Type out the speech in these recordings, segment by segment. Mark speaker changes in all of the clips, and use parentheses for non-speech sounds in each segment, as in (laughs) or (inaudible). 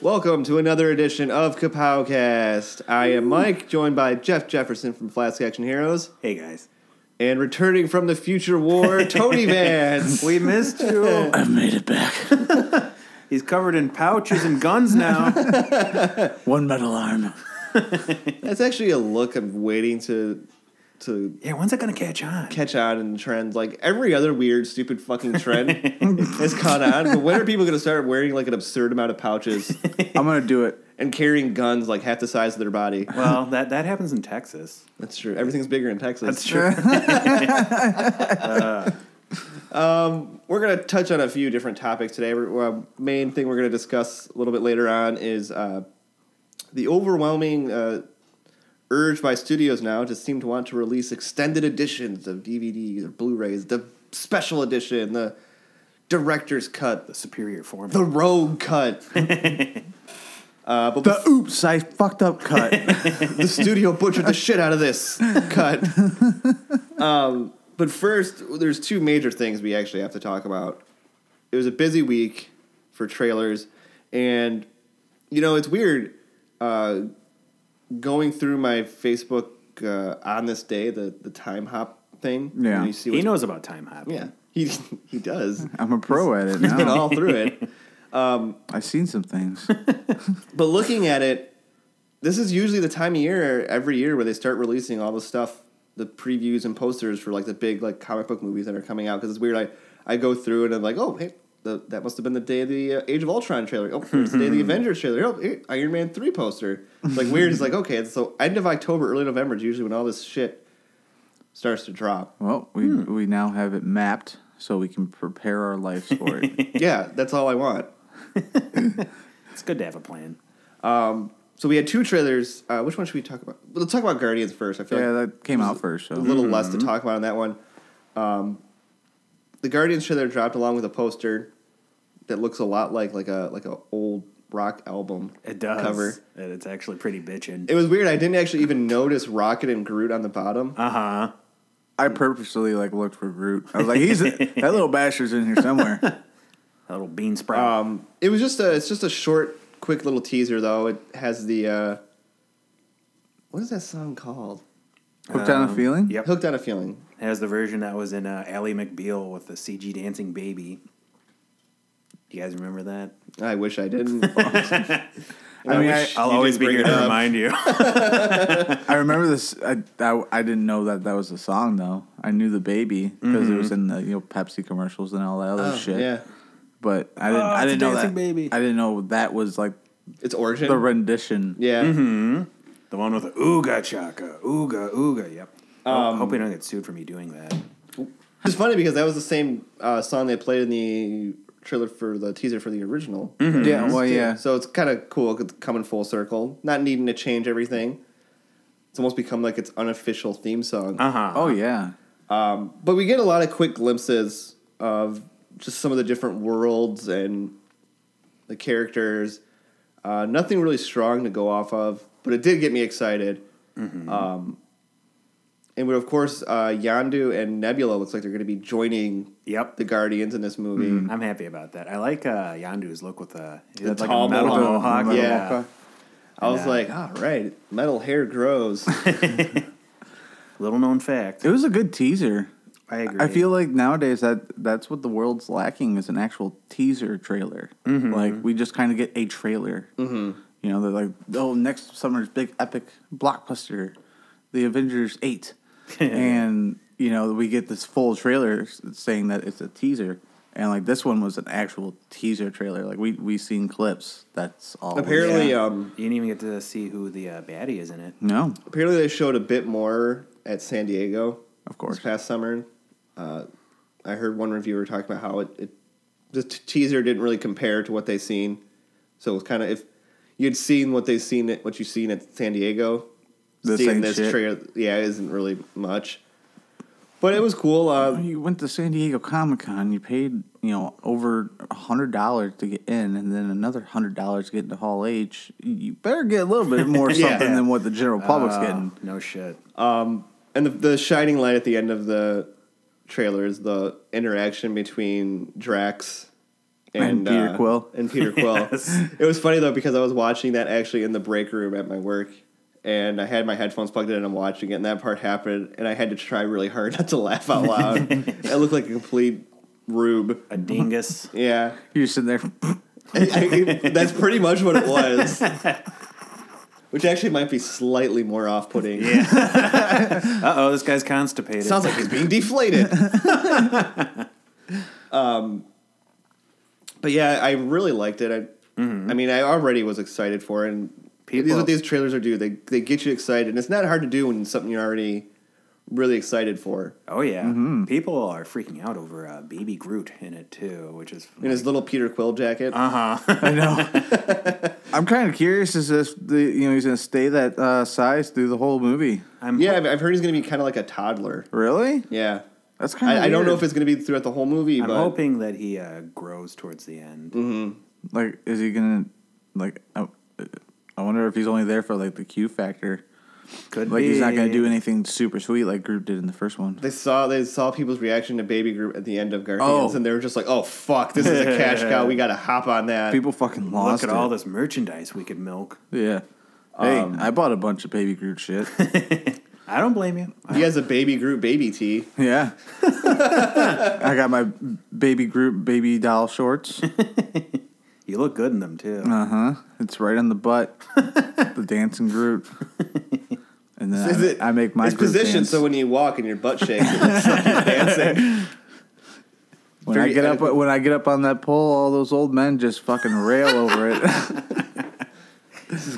Speaker 1: Welcome to another edition of Kapowcast. I am Mike, joined by Jeff Jefferson from Flask Action Heroes,
Speaker 2: Hey guys,
Speaker 1: and returning from the future war, Tony Vance.
Speaker 2: we missed
Speaker 1: (laughs)
Speaker 2: you.
Speaker 3: I've made it back.
Speaker 2: (laughs) He's covered in pouches and guns
Speaker 1: (laughs)
Speaker 2: now.
Speaker 3: One metal arm.
Speaker 1: That's actually a look I'm waiting to to
Speaker 2: yeah, when's it gonna catch on?
Speaker 1: catch on in trends. Like every other weird, stupid fucking trend has caught on. But when are people going to start wearing like an absurd amount of pouches
Speaker 3: (laughs) I'm gonna do it.
Speaker 1: and carrying guns like half the size of their body?
Speaker 2: Well, that that happens in Texas.
Speaker 1: That's true. Everything's bigger in Texas.
Speaker 2: true.
Speaker 1: We're going to touch on a few different topics today. We're, uh, main thing we're going to discuss a little bit later on is uh, the overwhelming uh, urge by studios now to seem to want to release extended editions of DVDs or Blu-rays, the special edition, the director's cut,
Speaker 2: The superior form.
Speaker 1: the rogue cut. uh, but
Speaker 3: The oops, I fucked up cut.
Speaker 1: the studio butchered the shit out of this cut. Um, but first, there's two major things we actually have to talk about. It was a busy week for trailers, and you know it's weird uh, going through my Facebook uh, on this day the the time hop thing.
Speaker 3: Yeah.
Speaker 1: and you see
Speaker 2: he
Speaker 1: what's,
Speaker 2: knows about time hop.
Speaker 1: (laughs) yeah, he he does.
Speaker 3: (laughs) I'm a pro at it
Speaker 1: He's been
Speaker 3: (laughs) now.
Speaker 1: all through it.
Speaker 3: I've seen some things.
Speaker 1: But looking at it, this is usually the time of year every year where they start releasing all the stuff, the previews and posters for like the big like comic book movies that are coming out. Because it's weird, I I go through and I'm like, oh hey, the, that must have been the day of the uh, Age of Ultron trailer. Oh, here's the day of the Avengers trailer. Oh, here, Iron Man three poster. It's like weird. It's like okay, so end of October, early November is usually when all this shit starts to drop.
Speaker 3: (laughs) Well, we we now have it mapped so we can prepare our lives for (laughs) it.
Speaker 1: yeah, that's all I want.
Speaker 2: It's good to have a plan.
Speaker 1: So we had two trailers. Uh, which one should we talk about? Well, let's talk about Guardians first. I feel like
Speaker 3: yeah, that came out first. So
Speaker 1: a little less to talk about on that one. Um, the Guardians trailer dropped along with a poster that looks a lot like like a like a old rock album
Speaker 2: It does.
Speaker 1: cover.
Speaker 2: And It's actually pretty bitchin'.
Speaker 1: It was weird. I didn't actually even notice Rocket and Groot on the bottom.
Speaker 2: Uh huh.
Speaker 3: I purposely like looked for Groot. I was like, he's that little bastard's in here (laughs) somewhere.
Speaker 2: A little bean sprout.
Speaker 1: Um, it was just a it's just a short, quick little teaser though. It has the uh, what is that song called?
Speaker 3: Hooked on a feeling.
Speaker 2: Um, Yep.
Speaker 1: Hooked on a feeling.
Speaker 2: Has the version that was in uh, Ally McBeal with the CG dancing baby. You guys remember that?
Speaker 1: I wish I didn't. I
Speaker 3: I mean,
Speaker 1: wish
Speaker 3: I-
Speaker 2: I'll
Speaker 1: you
Speaker 2: always
Speaker 1: didn't
Speaker 2: be
Speaker 1: bring
Speaker 2: here
Speaker 1: it
Speaker 2: to
Speaker 1: up.
Speaker 2: remind you.
Speaker 3: I remember this. I, I I didn't know that that was a song though. I knew the baby because it was in the you know Pepsi commercials and all that other
Speaker 1: Oh,
Speaker 3: shit.
Speaker 1: Yeah,
Speaker 3: But I didn't.
Speaker 2: Oh,
Speaker 3: I
Speaker 2: it's a
Speaker 3: didn't know
Speaker 2: dancing
Speaker 3: that.
Speaker 2: baby.
Speaker 3: I didn't know that was like
Speaker 1: it's origin.
Speaker 3: the rendition.
Speaker 1: yeah,
Speaker 2: The one with the ooga chaka, ooga ooga. Yep. I hope we don't get sued for me doing that.
Speaker 1: It's funny because that was the same uh, song they played in the trailer for the teaser for the original.
Speaker 3: Yeah. Well, yeah.
Speaker 1: So it's kind of cool 'cause it's coming full circle, not needing to change everything. It's almost become like its unofficial theme song.
Speaker 2: Uh huh.
Speaker 3: Oh yeah.
Speaker 1: But we get a lot of quick glimpses of just some of the different worlds and the characters. Uh, nothing really strong to go off of, but it did get me excited. Um, and we, of course, uh, Yandu and Nebula looks like they're going to be joining
Speaker 2: Yep.
Speaker 1: the Guardians in this movie.
Speaker 3: Mm-hmm.
Speaker 2: I'm happy about that. I like uh, Yandu's look with the, he had like
Speaker 1: tall
Speaker 2: a metal
Speaker 1: mohawk.
Speaker 2: mohawk.
Speaker 1: Metal mohawk.
Speaker 2: yeah.
Speaker 1: I was
Speaker 2: Yeah.
Speaker 1: like, all right, metal hair
Speaker 3: (laughs)
Speaker 1: grows.
Speaker 2: Little known fact.
Speaker 3: It was a good teaser.
Speaker 2: I agree.
Speaker 3: I feel like nowadays that that's what the world's lacking is an actual teaser trailer. Like we just kind of get a trailer. Mm-hmm. You know, they're like, oh, next summer's big epic blockbuster, The Avengers Eight, and you know we get this full trailer s- saying that it's a teaser. And like this one was an actual teaser trailer. Like we we seen clips. That's all. we-
Speaker 1: apparently,
Speaker 2: Yeah.
Speaker 1: um,
Speaker 2: you didn't even get to see who the uh, baddie is in it.
Speaker 3: no,
Speaker 1: apparently they showed a bit more at San Diego
Speaker 3: of
Speaker 1: this
Speaker 3: course.
Speaker 1: past summer. Uh, I heard one reviewer talk about how it, it the t- teaser didn't really compare to what they seen. So it was kind of if you'd seen what they seen at what you seen at San Diego,
Speaker 3: The
Speaker 1: seeing
Speaker 3: same
Speaker 1: this
Speaker 3: shit.
Speaker 1: trailer, yeah, isn't really much. But it was cool.
Speaker 3: Well,
Speaker 1: Uh,
Speaker 3: You went to San Diego Comic Con. You paid, you know, over a hundred dollars to get in, and then another hundred dollars to get into Hall H. You better get a little bit
Speaker 1: (laughs)
Speaker 3: more
Speaker 1: Yeah. Uh.
Speaker 3: something than what the general public's
Speaker 2: Oh,
Speaker 3: getting.
Speaker 2: no shit.
Speaker 1: and the, the shining light at the end of the trailer is the interaction between Drax
Speaker 3: And Peter Quill.
Speaker 1: And
Speaker 3: (laughs)
Speaker 1: Peter Quill. It was funny though because I was watching that actually in the break room at my work, and I had my headphones plugged in and I'm watching it, and that part happened, and I had to try really hard (laughs) not to laugh out
Speaker 3: (laughs)
Speaker 1: loud. I looked like a complete rube.
Speaker 2: A dingus.
Speaker 1: Yeah, (laughs)
Speaker 3: You're sitting there. (laughs)
Speaker 1: I- I- that's pretty much what it
Speaker 3: (laughs)
Speaker 1: was. Which actually might be slightly more off-putting. Yeah.
Speaker 2: Uh oh, this guy's constipated.
Speaker 1: Sounds like he's being
Speaker 2: (laughs)
Speaker 1: deflated. um, but yeah, I really liked it. I, I mean, I already was excited for it. And these
Speaker 2: Mm-hmm. People-
Speaker 1: are what these trailers are do. They they get you excited, and it's not hard to do when it's something you're already really excited for.
Speaker 2: oh yeah, people are freaking out over uh, Baby Groot in it too, which is
Speaker 1: In his little Peter Quill jacket.
Speaker 2: Uh-huh.
Speaker 3: I know.
Speaker 1: (laughs)
Speaker 3: I'm kind of curious is if the you know he's gonna stay that uh, size through the whole movie.
Speaker 2: I'm
Speaker 1: yeah, I've, I've heard he's going to be kind of like a toddler.
Speaker 3: Really?
Speaker 1: Yeah.
Speaker 3: That's kind of.
Speaker 1: I, I don't know if it's going to be throughout the whole movie,
Speaker 2: I'm
Speaker 1: but
Speaker 2: hoping that he uh, grows towards the end.
Speaker 3: like is he gonna like. I, I wonder if he's only there for like the Q factor.
Speaker 2: Could
Speaker 3: Like he's not gonna
Speaker 2: be.
Speaker 3: do anything super sweet like Groot did in the first one.
Speaker 1: they saw they saw people's reaction to Baby Group at the end of Guardians,
Speaker 3: Oh.
Speaker 1: and they were just like, "Oh fuck, this is a cash cow. We got to hop on that."
Speaker 3: People fucking
Speaker 2: Look
Speaker 3: lost
Speaker 2: at
Speaker 3: it.
Speaker 2: all this merchandise we could milk.
Speaker 3: Yeah. Hey,
Speaker 1: Um,
Speaker 3: I bought a bunch of baby Groot
Speaker 1: (laughs)
Speaker 3: shit.
Speaker 2: I don't blame you.
Speaker 1: He has a baby Groot baby tee.
Speaker 3: yeah. (laughs) I got my baby Groot baby doll shorts.
Speaker 2: You look good in them too.
Speaker 3: Uh huh. It's right on the butt. the dancing Groot.
Speaker 1: (laughs)
Speaker 3: And then I, I make my
Speaker 1: it's
Speaker 3: Groot
Speaker 1: positioned
Speaker 3: dance.
Speaker 1: so when you walk and your butt shakes, it looks like
Speaker 3: (laughs)
Speaker 1: you're dancing.
Speaker 3: when I
Speaker 1: very
Speaker 3: get up
Speaker 1: edible.
Speaker 3: when I get up on that pole, all those old men just fucking rail over it. (laughs)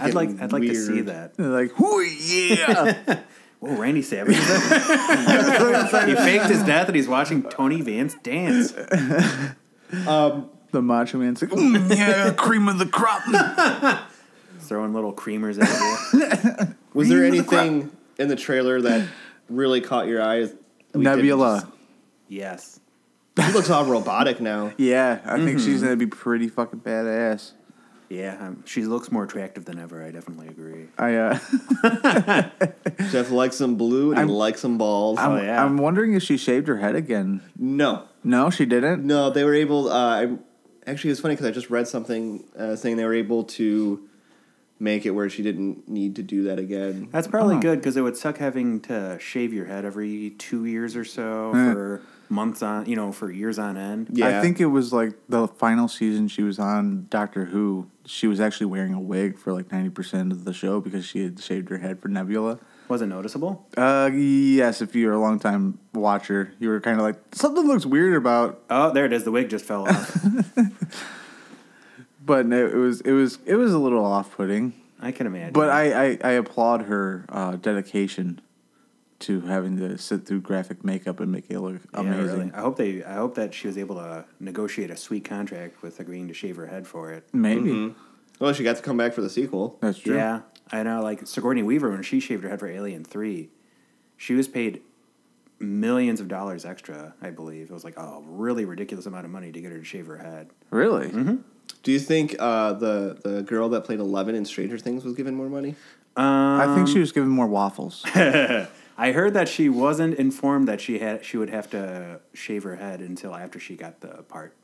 Speaker 2: I'd like I'd like to see
Speaker 1: weird.
Speaker 2: that.
Speaker 3: They're like, whoo
Speaker 1: (laughs)
Speaker 3: yeah.
Speaker 2: Whoa, Randy Savage. is
Speaker 3: (laughs)
Speaker 2: that- he faked his death and he's watching Tony Vance dance.
Speaker 3: the macho man's like, mm, yeah, cream of the crop.
Speaker 1: (laughs)
Speaker 2: Throwing little creamers at you.
Speaker 1: Was there anything in the trailer that really caught your eye? that we didn't
Speaker 3: Nebula.
Speaker 2: yes.
Speaker 1: just- She looks all robotic
Speaker 3: (laughs)
Speaker 1: now.
Speaker 3: Yeah, I think she's
Speaker 1: Mm-hmm.
Speaker 3: gonna be pretty fucking badass.
Speaker 2: Yeah, um, she looks more attractive than ever. I definitely agree.
Speaker 3: I uh
Speaker 1: Oh, Jeff likes some blue and
Speaker 3: I'm-
Speaker 1: he likes some balls.
Speaker 3: I'm,
Speaker 2: Oh, yeah.
Speaker 3: I'm wondering if she shaved her head again.
Speaker 1: no,
Speaker 3: No, she didn't.
Speaker 1: no, they were able. Uh, I actually it was funny because I just read something uh, saying they were able to make it where she didn't need to do that again.
Speaker 2: That's
Speaker 3: Oh.
Speaker 2: probably good because it would suck having to shave your head every two years or so
Speaker 3: Yeah.
Speaker 2: for months on, you know, for years on end.
Speaker 1: Yeah.
Speaker 3: I think it was like the final season she was on Doctor Who. She was actually wearing a wig for like ninety percent of the show because she had shaved her head for Nebula.
Speaker 2: Was it noticeable?
Speaker 3: Uh, yes, if you're a long time watcher, you were kind of like something looks weird about.
Speaker 2: Oh, there it is. The wig just fell
Speaker 3: (laughs)
Speaker 2: off.
Speaker 3: But no, it was it was it was a little off putting.
Speaker 2: I can imagine.
Speaker 3: But I, I I applaud her uh, dedication to having to sit through graphic makeup and make it look
Speaker 2: Yeah,
Speaker 3: amazing.
Speaker 2: really. I hope they. I hope that she was able to negotiate a sweet contract with agreeing to shave her head for it.
Speaker 3: Maybe
Speaker 1: Well, she got to come back for the sequel.
Speaker 3: that's true.
Speaker 2: Mm-hmm. Yeah, I know. Like Sigourney Weaver, when she shaved her head for Alien Three, she was paid millions of dollars extra. I believe it was like a really ridiculous amount of money to get her to shave her head.
Speaker 3: Really?
Speaker 2: Mm-hmm.
Speaker 1: Do you think uh, the the girl that played Eleven in Stranger Things was given more money?
Speaker 3: I
Speaker 2: Um,
Speaker 3: think she was giving more waffles.
Speaker 2: I heard that she wasn't informed that she had she would have to shave her head until after she got the part.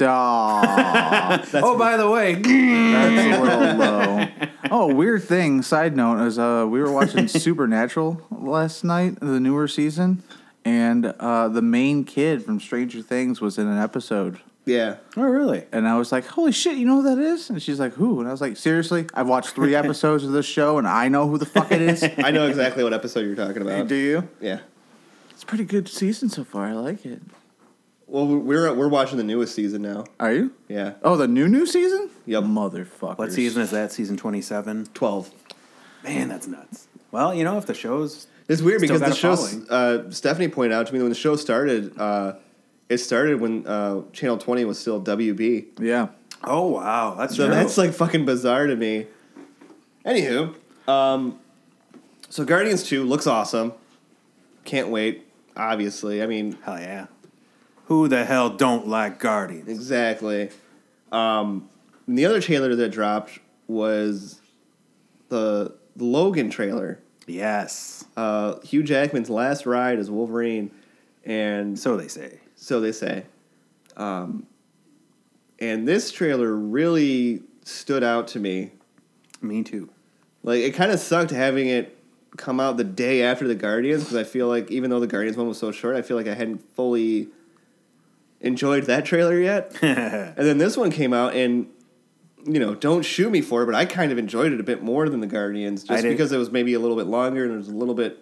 Speaker 3: Aw, (laughs)
Speaker 2: oh, by the way,
Speaker 3: that's a little low. (laughs) Oh, weird thing. Side note is uh, we were watching (laughs) Supernatural last night, the newer season, and uh, the main kid from Stranger Things was in an episode.
Speaker 1: Yeah.
Speaker 2: oh really?
Speaker 3: And I was like, "Holy shit, you know who that is?" And she's like, "Who?" And I was like, "Seriously, I've watched (laughs) three episodes of this show, and I know who the fuck it (laughs) is."
Speaker 1: I know exactly what episode you're talking about.
Speaker 3: Do you?
Speaker 1: Yeah.
Speaker 3: It's a pretty good season so far. I like it.
Speaker 1: Well, we're we're watching the newest season now.
Speaker 3: Are you?
Speaker 1: Yeah.
Speaker 3: Oh, the new new season?
Speaker 1: Yep.
Speaker 3: motherfucker.
Speaker 2: What season is that? Season twenty seven.
Speaker 1: Twelve.
Speaker 2: Man, that's nuts. Well, you know, if the show's
Speaker 1: It's weird
Speaker 2: Still
Speaker 1: because the show.
Speaker 2: got a
Speaker 1: Uh, Stephanie pointed out to me that when the show started. Uh, it started when uh, Channel Twenty was still WB.
Speaker 3: Yeah.
Speaker 2: oh wow, that's
Speaker 1: So
Speaker 2: true.
Speaker 1: that's like fucking bizarre to me. Anywho, um, so Guardians Two looks awesome. Can't wait. Obviously, I mean,
Speaker 2: Hell yeah. Who the hell don't like Guardians?
Speaker 1: Exactly. Um, and the other trailer that dropped was the Logan trailer.
Speaker 2: Yes.
Speaker 1: Uh, Hugh Jackman's last ride as Wolverine, and
Speaker 2: So they say.
Speaker 1: so they say. Um, And this trailer really stood out to me.
Speaker 2: Me too.
Speaker 1: Like it kind of sucked having it come out the day after the Guardians because I feel like even though the Guardians one was so short, I feel like I hadn't fully enjoyed that trailer
Speaker 2: (laughs)
Speaker 1: yet. and then this one came out and you know, don't shoot me for it, but I kind of enjoyed it a bit more than the Guardians
Speaker 2: I
Speaker 1: just
Speaker 2: did.
Speaker 1: because it was maybe a little bit longer and there's a little bit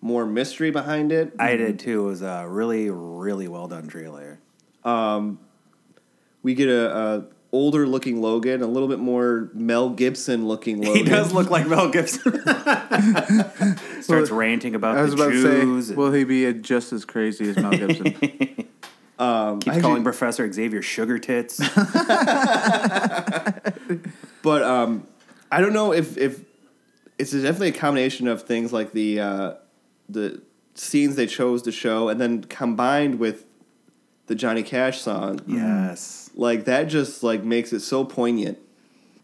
Speaker 1: more mystery behind it.
Speaker 2: I did too. It was a really, really well done trailer.
Speaker 1: we get a, a older looking Logan, a little bit more Mel Gibson looking Logan.
Speaker 2: (laughs) He does look like Mel Gibson. (laughs) Starts ranting about
Speaker 3: I was
Speaker 2: the
Speaker 3: about to
Speaker 2: Jews.
Speaker 3: say,
Speaker 2: and
Speaker 3: will he be just as crazy as Mel Gibson? (laughs)
Speaker 2: keeps
Speaker 1: I
Speaker 2: calling
Speaker 1: did-
Speaker 2: Professor Xavier sugar tits.
Speaker 1: But um, I don't know if if it's definitely a combination of things like the uh, the scenes they chose to show, and then combined with the Johnny Cash song,
Speaker 2: yes,
Speaker 1: like that just like makes it so poignant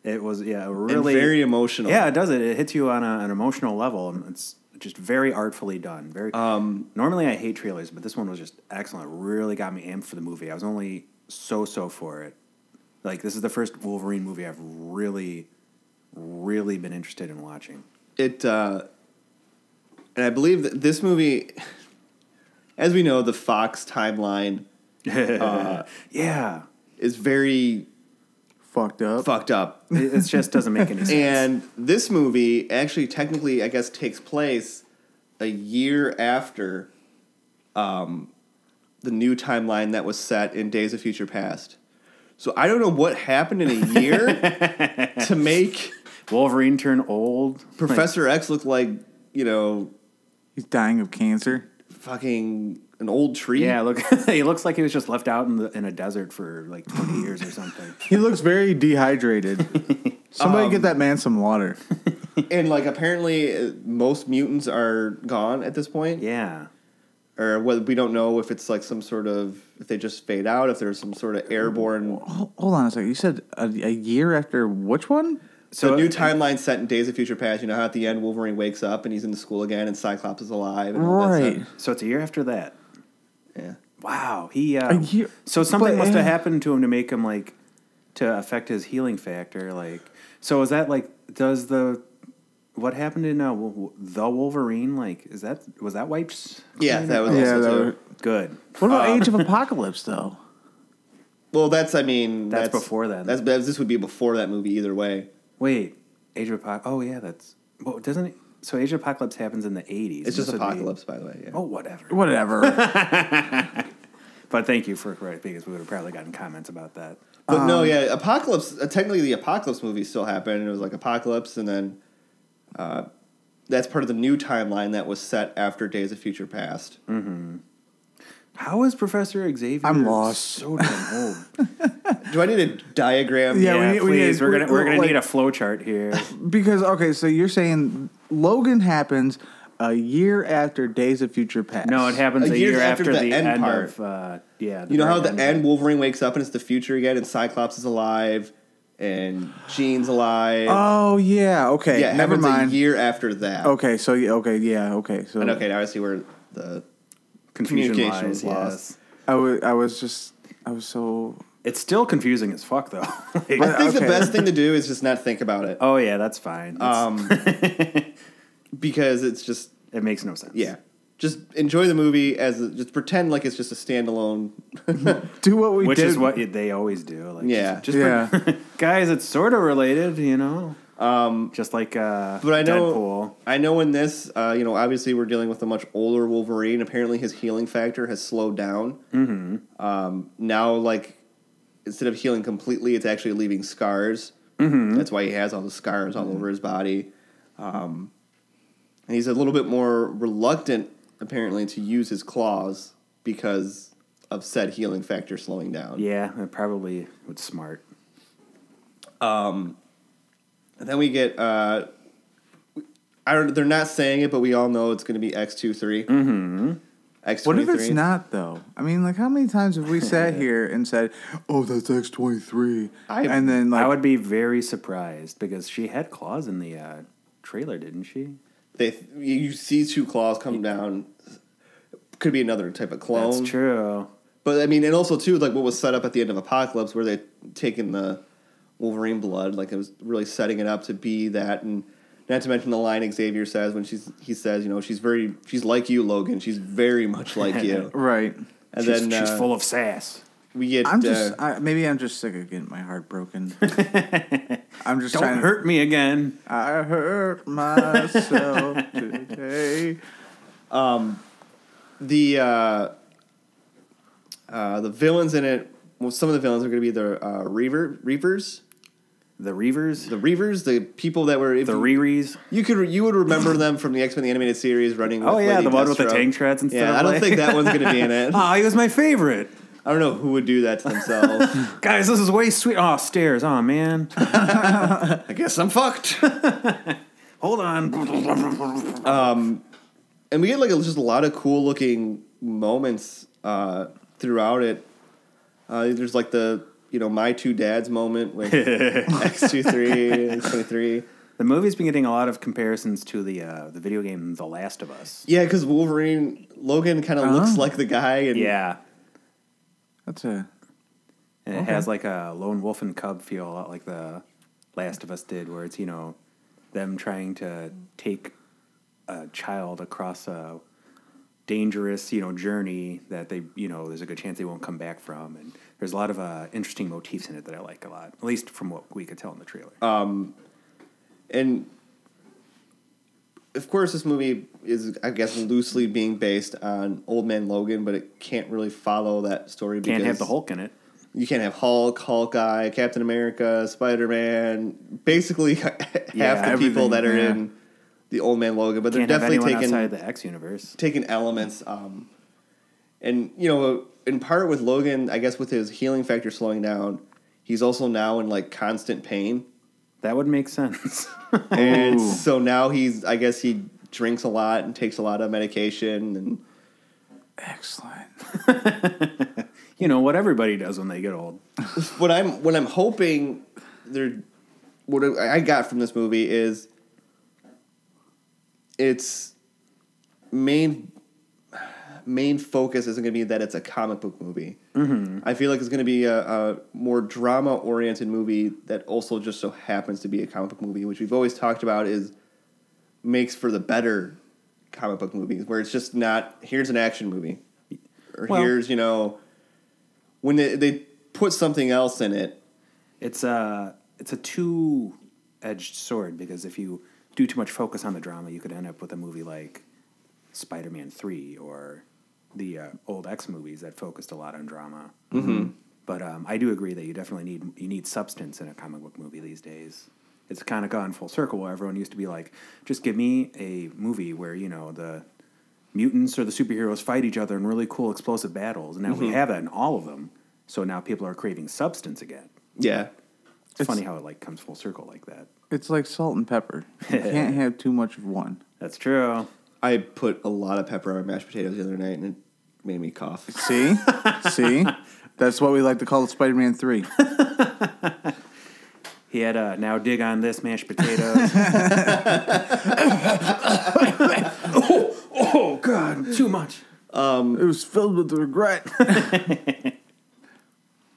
Speaker 2: it was. Yeah, a
Speaker 1: and
Speaker 2: really
Speaker 1: very emotional.
Speaker 2: Yeah, it does it. It hits you on a, an emotional level, and it's just very artfully done. Very. Um, normally, I hate trailers, but this one was just excellent. It really got me amped for the movie. I was only so so for it. Like this is the first Wolverine movie I've really, really been interested in watching.
Speaker 1: it uh, and I believe that this movie, as we know, the Fox timeline
Speaker 2: yeah,
Speaker 1: is very
Speaker 3: Fucked up.
Speaker 1: fucked up.
Speaker 2: it, it just doesn't make any sense.
Speaker 1: And this movie actually technically, I guess, takes place a year after um, the new timeline that was set in Days of Future Past. So I don't know what happened in a year
Speaker 2: (laughs)
Speaker 1: to make
Speaker 2: Wolverine turned old.
Speaker 1: Professor X look like, you know,
Speaker 3: He's dying of cancer.
Speaker 1: fucking an old tree.
Speaker 2: Yeah, look, (laughs) he looks like he was just left out in the, in a desert for like twenty years or something.
Speaker 3: He looks very (laughs) dehydrated. Somebody get that man some water.
Speaker 1: And like apparently uh, most mutants are gone at this point.
Speaker 2: Yeah,
Speaker 1: Or what we don't know if it's like some sort of if they just fade out, if there's some sort of airborne
Speaker 3: Hol- Hold on a second. You said a, a year after which one?
Speaker 1: So new timeline set in Days of Future Past. You know how at the end Wolverine wakes up and he's in the school again, and Cyclops is alive. And all that
Speaker 3: Right.
Speaker 1: stuff.
Speaker 2: so it's a year after that.
Speaker 1: Yeah.
Speaker 2: Wow, he. Uh,
Speaker 3: A year-
Speaker 2: so something
Speaker 3: but,
Speaker 2: must
Speaker 3: uh,
Speaker 2: have happened to him to make him like to affect his healing factor. Like, so is that like does the what happened in uh, Wo- Wo- the Wolverine? Like, is that was that wipes?
Speaker 1: Yeah, that was
Speaker 3: Yeah,
Speaker 1: also
Speaker 3: that
Speaker 1: too.
Speaker 3: was-
Speaker 2: Good.
Speaker 3: What about Age (laughs) of Apocalypse though?
Speaker 1: Well, that's I mean
Speaker 2: That's before then.
Speaker 1: That's that's- this would be before that movie either way.
Speaker 2: Wait, Age of Apocalypse. Oh yeah, that's. Well, doesn't it, so? Age of Apocalypse happens in the eighties.
Speaker 1: It's just Apocalypse, by the way. Yeah.
Speaker 2: oh whatever.
Speaker 3: (laughs) Whatever.
Speaker 2: But thank you for correct because we would have probably gotten comments about that.
Speaker 1: But no, yeah, Apocalypse. Uh, technically, the Apocalypse movie still happened. It was like Apocalypse, and then uh, that's part of the new timeline that was set after Days of Future Past.
Speaker 2: How is Professor Xavier?
Speaker 3: I'm lost.
Speaker 2: So damn
Speaker 3: (laughs)
Speaker 2: old.
Speaker 1: Do I need a diagram?
Speaker 3: Yeah,
Speaker 2: Yeah,
Speaker 3: we need- we need-
Speaker 2: please.
Speaker 3: we-
Speaker 2: are gonna we're gonna
Speaker 3: like-
Speaker 2: need a flow chart here.
Speaker 3: because okay, so you're saying Logan happens a year after Days of Future Past.
Speaker 2: No, it happens a, year, after, the, end,
Speaker 1: part.
Speaker 2: of. Uh, yeah,
Speaker 1: You know how
Speaker 2: very
Speaker 1: at the
Speaker 2: end.
Speaker 1: end Wolverine wakes up and it's the future again, and Cyclops is alive, and Jean's alive.
Speaker 3: Oh yeah. Okay.
Speaker 1: yeah, it
Speaker 3: never
Speaker 1: happens
Speaker 3: mind.
Speaker 1: A year after that.
Speaker 3: Okay. So yeah, okay. Yeah. Okay. So
Speaker 1: And okay, now I see where the
Speaker 2: Confusion
Speaker 1: communication was
Speaker 2: lies,
Speaker 1: lost.
Speaker 2: yes.
Speaker 3: I was I was just I was so
Speaker 2: It's still confusing as fuck though. (laughs) Like,
Speaker 1: I think
Speaker 3: Uh, okay.
Speaker 1: the best thing to do is just not think about it
Speaker 2: oh yeah, that's fine. It's-
Speaker 1: Um, because it's just
Speaker 2: (laughs) it makes no sense.
Speaker 1: yeah, just enjoy the movie as a- just pretend like it's just a standalone.
Speaker 3: do what we
Speaker 2: which
Speaker 3: did.
Speaker 2: is what it- they always do. Like,
Speaker 1: Yeah.
Speaker 2: just, just
Speaker 3: Yeah.
Speaker 2: for- (laughs) guys, it's sort of related, you know. Um, just like uh,
Speaker 1: But I know
Speaker 2: Deadpool.
Speaker 1: I know in this, uh, you know, obviously we're dealing with a much older Wolverine. Apparently, his healing factor has slowed down. Mm-hmm. Um, now, like instead of healing completely, it's actually leaving scars. Mm-hmm. That's why he has all the scars all over his body, um, and he's a little bit more reluctant apparently to use his claws because of said healing factor slowing down.
Speaker 2: Yeah, it probably was smart.
Speaker 1: And then we get. Uh, I don't, they're not saying it, but we all know it's going to be X 2 3 Mm-hmm. X
Speaker 3: What if it's not though? I mean, like how many times
Speaker 2: (laughs)
Speaker 3: have we sat here and said, "Oh, that's X twenty three,
Speaker 1: I-
Speaker 3: and then like
Speaker 2: I would be very surprised because she had claws in the uh, trailer, didn't she?
Speaker 1: They you see two claws come down. Could be another type of clone.
Speaker 2: That's true.
Speaker 1: But I mean, and also too, like what was set up at the end of Apocalypse, where they taken the Wolverine blood, like it was really setting it up to be that, and not to mention the line Xavier says when she's he says, you know, she's very she's like you, Logan. She's very much like
Speaker 3: (laughs)
Speaker 1: you.
Speaker 3: Right.
Speaker 1: And
Speaker 2: she's,
Speaker 1: then
Speaker 2: she's
Speaker 1: uh,
Speaker 2: full of sass.
Speaker 1: we get
Speaker 3: I'm
Speaker 1: uh,
Speaker 3: just I, maybe I'm just sick of getting my heart broken. I'm
Speaker 2: (laughs)
Speaker 3: just
Speaker 2: Don't
Speaker 3: trying
Speaker 2: hurt me again.
Speaker 3: To, I hurt myself today.
Speaker 1: the uh, uh, the villains in it. Well, some of the villains are going to be the uh, Reaver, Reavers,
Speaker 2: The Reavers,
Speaker 1: the Reavers, the people that were. If
Speaker 2: the
Speaker 1: you-
Speaker 2: Reeries.
Speaker 1: You could you would remember them from the X Men the animated series running. With
Speaker 2: Oh, yeah,
Speaker 1: Lady
Speaker 2: the one with the
Speaker 1: Deathstroke.
Speaker 2: tank treads and
Speaker 1: yeah,
Speaker 2: stuff,
Speaker 1: I don't
Speaker 2: like-
Speaker 1: think that one's gonna
Speaker 2: (laughs)
Speaker 1: be in it. I
Speaker 2: Ah, he was my favorite.
Speaker 1: don't know who would do that to
Speaker 2: (laughs)
Speaker 1: themselves.
Speaker 2: Guys, this is way sweet. Oh, stairs. Oh, man.
Speaker 1: I guess I'm fucked.
Speaker 2: (laughs) Hold on.
Speaker 1: And we get like just a lot of cool looking moments uh, throughout it. Uh, there's like the you know my two dads moment
Speaker 2: (laughs)
Speaker 1: with X two three twenty three.
Speaker 2: The movie's been getting a lot of comparisons to the uh, the video game The Last of Us.
Speaker 1: Yeah, because Wolverine Logan kind of looks like the guy, and
Speaker 2: Oh. Yeah.
Speaker 3: That's a
Speaker 2: And it has like a lone wolf and cub feel, a lot like The Last of Us did, where it's, you know, them trying to take a child across a dangerous, you know, journey that they, you know, there's a good chance they won't come back from. And there's a lot of uh, interesting motifs in it that I like a lot, at least from what we could tell in the trailer.
Speaker 1: Uh, and of course this movie is I guess loosely being based on Old Man Logan, but it can't really follow that story.
Speaker 2: Can't have
Speaker 1: because
Speaker 2: the Hulk in it.
Speaker 1: You can't have Hulk, Hawkeye, Captain America, Spider Man. Basically, (laughs) half the people
Speaker 3: everything,
Speaker 1: that are
Speaker 3: yeah.
Speaker 1: in the Old Man Logan, but they're
Speaker 2: Can't have
Speaker 1: definitely
Speaker 2: anyone
Speaker 1: taking
Speaker 2: outside the X universe.
Speaker 1: taking elements. Um, and you know, in part with Logan, I guess with his healing factor slowing down, he's also now in like constant pain.
Speaker 2: That would make sense. (laughs)
Speaker 1: And
Speaker 3: Ooh.
Speaker 1: so now he's, I guess he drinks a lot and takes a lot of medication. And
Speaker 3: excellent.
Speaker 2: you know what everybody does when they get old.
Speaker 1: what I'm, what I'm hoping they're, what I got from this movie is its main main focus isn't going to be that it's a comic book movie. I feel like it's going to be a, a more drama oriented movie that also just so happens to be a comic book movie, which we've always talked about is makes for the better comic book movies, where it's just not here's an action movie or
Speaker 2: Well-
Speaker 1: here's you know when they, they put something else in it.
Speaker 2: It's a it's a two edged sword because if you do too much focus on the drama, you could end up with a movie like Spider Man Three or the uh, old X movies that focused a lot on drama. Mm-hmm. But um, I do agree that you definitely need you need substance in a comic book movie these days. It's kind of gone full circle where everyone used to be like, just give me a movie where you know the mutants or the superheroes fight each other in really cool explosive battles, and now we have that in all of them. So now people are craving substance again.
Speaker 1: Yeah,
Speaker 2: It's, funny how it like comes full circle like that.
Speaker 3: It's like salt and pepper.
Speaker 2: (laughs)
Speaker 3: You can't have too much of one.
Speaker 2: That's true.
Speaker 1: I put a lot of pepper on my mashed potatoes the other night, and it made me cough.
Speaker 3: See?
Speaker 2: (laughs)
Speaker 3: See? That's what we like to call Spider Man 3.
Speaker 2: He had a now dig on this mashed
Speaker 1: (laughs)
Speaker 2: potatoes. (laughs) oh, oh god, too much.
Speaker 3: It was filled with regret.
Speaker 2: (laughs)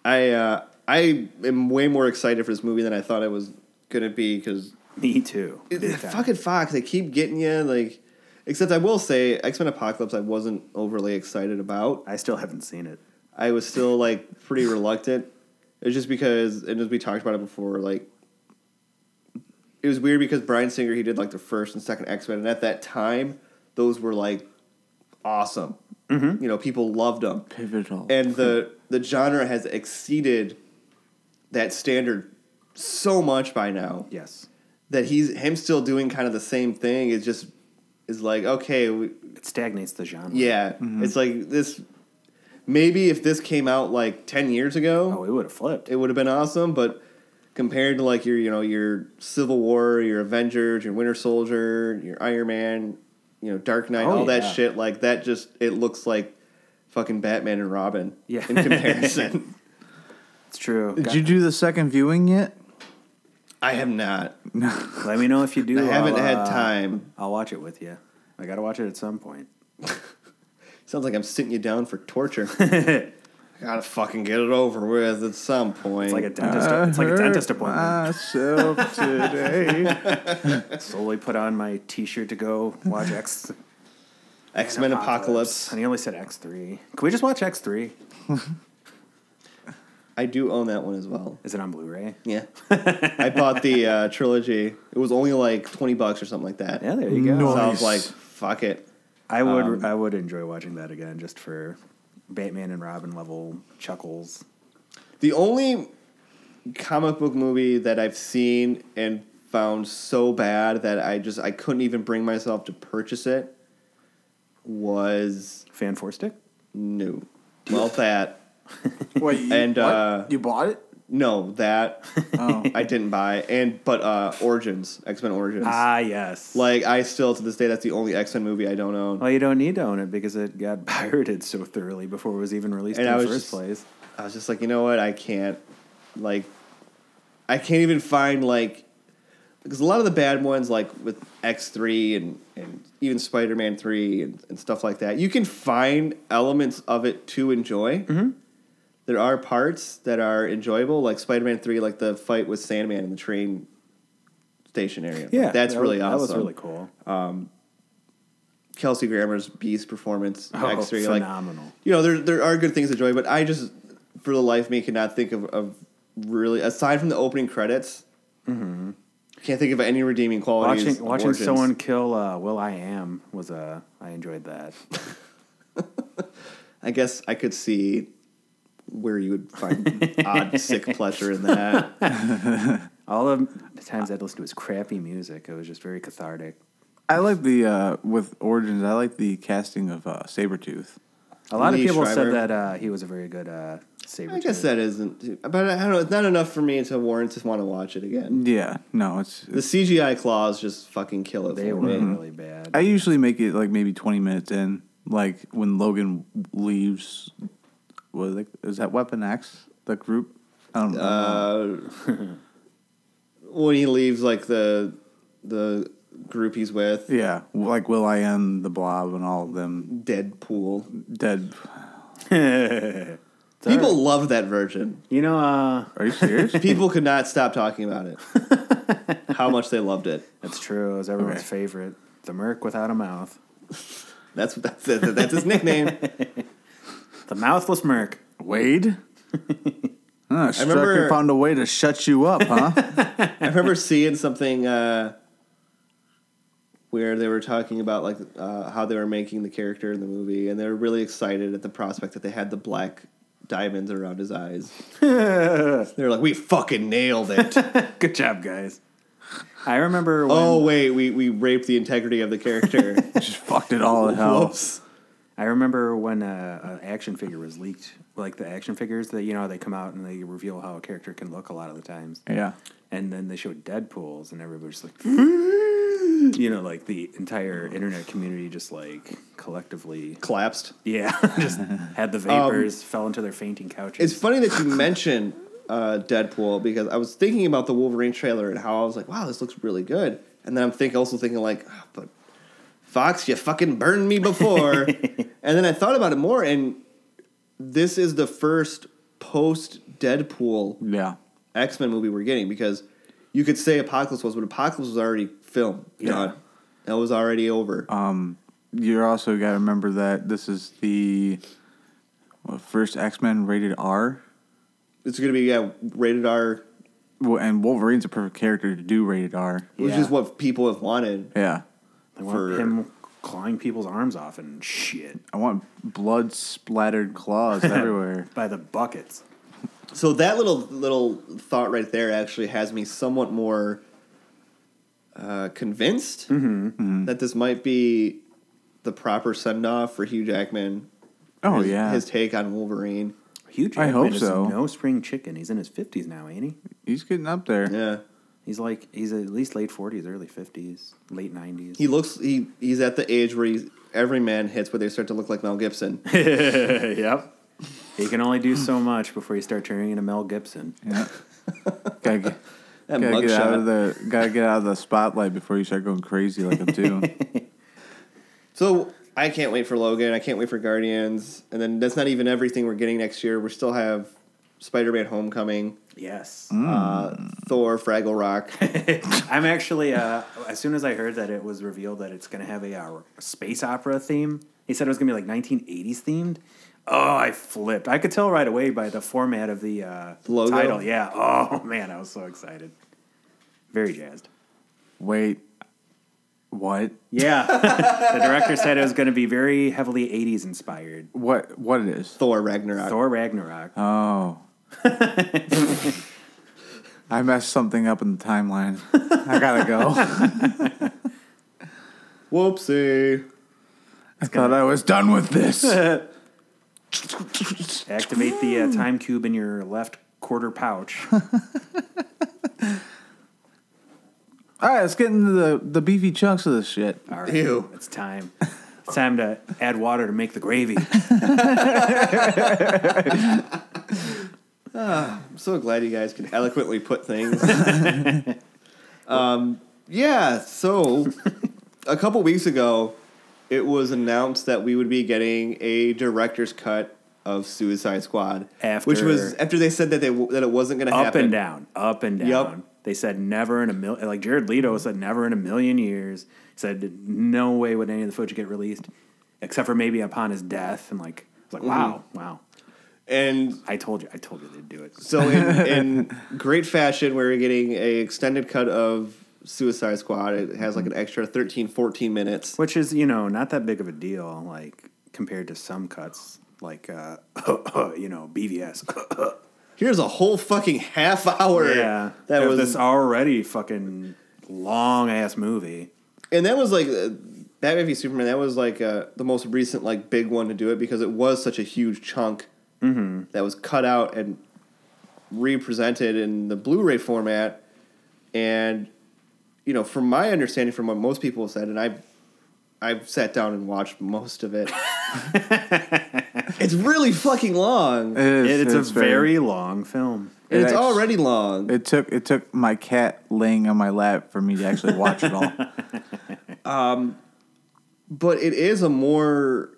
Speaker 1: I uh, I am way more excited for this movie than I thought I was gonna be because
Speaker 2: Me too. Big time.
Speaker 1: fucking Fox they keep getting you like. Except I will say X Men Apocalypse I wasn't overly excited about.
Speaker 2: I still haven't seen it.
Speaker 1: I was still like pretty reluctant. It was just because, and as we talked about it before, like it was weird because Brian Singer he did like the first and second X Men, and at that time those were like awesome. You know, people loved them.
Speaker 3: Pivotal.
Speaker 1: and the the genre has exceeded that standard so much by now
Speaker 2: Yes.
Speaker 1: that he's him still doing kind of the same thing is just is like okay we,
Speaker 2: It stagnates the genre.
Speaker 1: yeah
Speaker 2: Mm-hmm.
Speaker 1: it's like this maybe if this came out like 10 years ago
Speaker 2: Oh, it would have flipped.
Speaker 1: it would have been awesome but compared to like your you know your civil war your avengers your winter soldier your iron man you know dark knight
Speaker 2: Oh,
Speaker 1: all
Speaker 2: yeah.
Speaker 1: that shit like that just it looks like fucking batman and robin
Speaker 2: Yeah.
Speaker 1: in
Speaker 2: (laughs)
Speaker 1: comparison
Speaker 2: it's true.
Speaker 3: Did you do the second viewing yet?
Speaker 1: I have not.
Speaker 2: Let me know if you do.
Speaker 1: I haven't
Speaker 2: I'll,
Speaker 1: had
Speaker 2: uh,
Speaker 1: time.
Speaker 2: I'll watch it with you. I gotta watch it at some point. (laughs)
Speaker 1: Sounds like I'm sitting you down for torture. I gotta fucking get it over with at some point.
Speaker 2: It's like a dentist. it's like a dentist appointment. (laughs)
Speaker 3: Myself today.
Speaker 2: Slowly put on my T-shirt to go watch X (laughs)
Speaker 1: X Men Apocalypse.
Speaker 2: And he only said X three. Can we just watch X three?
Speaker 1: I do own that one as well.
Speaker 2: Is it on Blu-ray? (laughs)
Speaker 1: Yeah, I bought the uh, trilogy. It was only like twenty bucks or something like that.
Speaker 2: Yeah, there you go.
Speaker 1: So I
Speaker 3: No.
Speaker 1: was like, fuck it.
Speaker 2: I would
Speaker 1: Um,
Speaker 2: I would enjoy watching that again just for Batman and Robin level chuckles.
Speaker 1: The only comic book movie that I've seen and found so bad that I just I couldn't even bring myself to purchase it was
Speaker 2: Fan four stick.
Speaker 1: no. Well, that
Speaker 3: Wait, you,
Speaker 1: And,
Speaker 3: what?
Speaker 1: uh,
Speaker 3: you bought it?
Speaker 1: no that um,
Speaker 3: Oh,
Speaker 1: I didn't buy and but uh Origins X Men Origins
Speaker 2: Ah yes.
Speaker 1: like I still to this day that's the only X Men movie I don't own.
Speaker 2: well, you don't need to own it because it got (laughs) pirated so thoroughly before it was even released
Speaker 1: And
Speaker 2: in
Speaker 1: I
Speaker 2: the
Speaker 1: was
Speaker 2: first
Speaker 1: just-
Speaker 2: place.
Speaker 1: I was just like, you know what? I can't, like, I can't even find like, because a lot of the bad ones, like with X three and and even Spider Man three and, and stuff like that, you can find elements of it to enjoy.
Speaker 2: Mm-hmm.
Speaker 1: There are parts that are enjoyable, like Spider Man three, like the fight with Sandman in the train station area.
Speaker 2: Yeah,
Speaker 1: that's
Speaker 2: that
Speaker 1: really
Speaker 2: was-
Speaker 1: awesome.
Speaker 2: That was really cool.
Speaker 1: Kelsey Grammer's Beast performance in
Speaker 2: Oh,
Speaker 1: X three, like
Speaker 2: phenomenal.
Speaker 1: you know, there there are good things to enjoy, but I just for the life of me cannot think of, of really aside from the opening credits. Can't think of any redeeming qualities.
Speaker 2: Mm-hmm. watching
Speaker 1: of
Speaker 2: watching
Speaker 1: Origins.
Speaker 2: someone kill uh, Will I Am was uh, I enjoyed
Speaker 1: (laughs)
Speaker 2: that.
Speaker 1: I guess I could see where you would
Speaker 2: (laughs)
Speaker 1: find odd, sick pleasure in that.
Speaker 2: All of the times I'd listen to his crappy music, it was just very cathartic.
Speaker 3: I like the uh, with Origins. I like the casting of uh, Sabretooth.
Speaker 2: A lot
Speaker 1: Lee
Speaker 2: of people
Speaker 1: Schreiber.
Speaker 2: said that uh, he was a very good uh, saber.
Speaker 1: I guess that isn't, but I don't know. It's not enough for me to warrant to want to watch it again.
Speaker 3: Yeah, no, it's.
Speaker 1: The CGI claws just fucking kill it.
Speaker 2: they
Speaker 1: for
Speaker 2: were (laughs)
Speaker 1: me.
Speaker 2: really bad.
Speaker 3: I usually make it like maybe twenty minutes in, like when Logan leaves. Was it, is that Weapon X the group? I don't know.
Speaker 1: uh, when he leaves like the the group he's with
Speaker 3: yeah, like Will I Am, the Blob, and all of them
Speaker 1: deadpool
Speaker 3: dead.
Speaker 1: people loved that version
Speaker 2: you know, uh,
Speaker 3: Are
Speaker 1: (laughs)
Speaker 3: you serious?
Speaker 1: people could not stop talking about it how much they loved it
Speaker 2: that's true. It was everyone's
Speaker 3: Okay.
Speaker 2: favorite. The Merc without a mouth.
Speaker 1: that's that's, that's his nickname
Speaker 2: The mouthless Merc. (laughs)
Speaker 1: (laughs)
Speaker 3: Wade. Huh, Strucker
Speaker 1: remember-
Speaker 3: found a way to shut you
Speaker 1: (laughs)
Speaker 3: up, huh?
Speaker 1: i remember seeing something uh where they were talking about like uh, how they were making the character in the movie, and they were really excited at the prospect that they had the black diamonds around his eyes. they were like, "We fucking nailed it."
Speaker 2: Good job, guys. I remember when
Speaker 1: Oh wait, we we raped the integrity of the character.
Speaker 3: Just fucked it all to hell.
Speaker 1: Whoops.
Speaker 2: I remember when uh, an action figure was leaked, like the action figures that you know they come out and they reveal how a character can look a lot of the times.
Speaker 3: Yeah.
Speaker 2: And then they showed Deadpool's, and everybody was like, (laughs) you know, like the entire internet community just like collectively,
Speaker 1: Collapsed.
Speaker 2: yeah, (laughs) just had the vapors, fell into their fainting couches.
Speaker 1: It's funny that you mention uh, Deadpool because I was thinking about the Wolverine trailer and how I was like, "Wow, this looks really good," and then I'm think also thinking like, "Ah, "But Fox, you fucking burned me before," and then I thought about it more, and this is the first post Deadpool
Speaker 3: Yeah.
Speaker 1: X Men movie we're getting because you could say Apocalypse was, but Apocalypse was already filmed, done. That was already over.
Speaker 3: You're also got to remember that this is the what, first X Men rated R,
Speaker 1: it's gonna be yeah, rated R
Speaker 3: Well, and Wolverine's a perfect character to do rated R.
Speaker 1: which
Speaker 2: Yeah.
Speaker 1: is what people have wanted.
Speaker 3: Yeah,
Speaker 2: they want
Speaker 1: for-
Speaker 2: him clawing people's arms off and shit
Speaker 3: I want blood
Speaker 1: (laughs)
Speaker 3: splattered claws everywhere.
Speaker 2: by the buckets.
Speaker 1: So that little little thought right there actually has me somewhat more uh, convinced
Speaker 3: Mm-hmm,
Speaker 1: that this might be the proper send off for Hugh Jackman.
Speaker 3: Oh
Speaker 1: his,
Speaker 3: yeah,
Speaker 1: his take on Wolverine.
Speaker 2: Huge.
Speaker 3: I hope
Speaker 2: is
Speaker 3: so.
Speaker 2: No spring chicken. He's in his fifties now, ain't he?
Speaker 3: he's getting up there.
Speaker 1: Yeah,
Speaker 2: He's like he's at least late forties, early fifties, late nineties.
Speaker 1: he looks he he's at the age where he's, every man hits where they start to look like Mel
Speaker 3: (laughs)
Speaker 1: Gibson.
Speaker 2: yep. He can only do so much before you start turning into Mel Gibson.
Speaker 1: (laughs)
Speaker 3: Yeah. gotta get,
Speaker 1: That
Speaker 3: gotta get out of
Speaker 1: mugshot.
Speaker 3: the
Speaker 1: (laughs)
Speaker 3: gotta get out of the spotlight before you start going crazy like him too.
Speaker 1: So I can't wait for Logan. I can't wait for Guardians. And then that's not even everything we're getting next year. We still have Spider Man Homecoming,
Speaker 2: Yes.
Speaker 3: Hmm.
Speaker 1: uh, Thor, Fraggle Rock. (laughs)
Speaker 2: I'm actually, uh, as soon as I heard that it was revealed that it's going to have a uh, space opera theme, he said it was going to be like 1980s themed. Oh, I flipped. I could tell right away by the format of the uh,
Speaker 1: Logo?
Speaker 2: title. Yeah. (laughs) Oh, man, I was so excited. Very jazzed.
Speaker 3: Wait, what?
Speaker 2: Yeah. (laughs) the director said it was going to be very heavily 80s inspired.
Speaker 3: What? What it is?
Speaker 1: Thor Ragnarok.
Speaker 2: Thor Ragnarok. (laughs)
Speaker 3: Oh. I messed something up in the timeline. I gotta
Speaker 2: (laughs)
Speaker 3: go.
Speaker 1: Whoopsie.
Speaker 3: I thought I was done
Speaker 2: (laughs)
Speaker 3: with this.
Speaker 2: Activate the uh, time cube in your left quarter
Speaker 1: (laughs)
Speaker 2: pouch.
Speaker 3: All right, let's get into the, the beefy chunks of this shit.
Speaker 2: All right.
Speaker 1: Ew.
Speaker 2: It's time. It's time to add water to make the gravy.
Speaker 1: I'm so glad you guys can eloquently put
Speaker 2: (laughs)
Speaker 1: things. um, yeah, so a couple weeks ago, it was announced that we would be getting a director's cut of Suicide Squad, which
Speaker 2: After-
Speaker 1: was after they said that they w- that it wasn't going to
Speaker 2: up
Speaker 1: happen.
Speaker 2: and down, up and down. They said never in a million. Like Jared Leto said, never in a million years. Said no way would any of the footage get released, except for maybe upon his death. And like, I was like, wow, wow.
Speaker 1: And
Speaker 2: I told you, I told you they'd do it.
Speaker 1: So in,
Speaker 2: (laughs)
Speaker 1: in great fashion, we're getting a extended cut of Suicide Squad. It has like an extra 13, 14 minutes.
Speaker 2: Which is, you know, not that big of a deal, like compared to some cuts, like uh, (laughs) you know, (laughs) BVS.
Speaker 1: Here's a whole fucking half hour.
Speaker 2: yeah,
Speaker 1: that
Speaker 2: Of
Speaker 1: was
Speaker 2: this already fucking long ass movie.
Speaker 1: and that was like uh, Batman v Superman. That was like uh, the most recent like big one to do it because it was such a huge chunk that was cut out and represented in the Blu-ray format. And you know, from my understanding, from what most people have said, and I've I've sat down and watched most of it. it's really fucking long.
Speaker 3: It is,
Speaker 2: It- it's, a
Speaker 3: very-
Speaker 2: very long film.
Speaker 1: And it's
Speaker 3: it's-
Speaker 1: already long.
Speaker 3: It took it took my cat laying on my lap for me to actually watch it all.
Speaker 1: but it is a more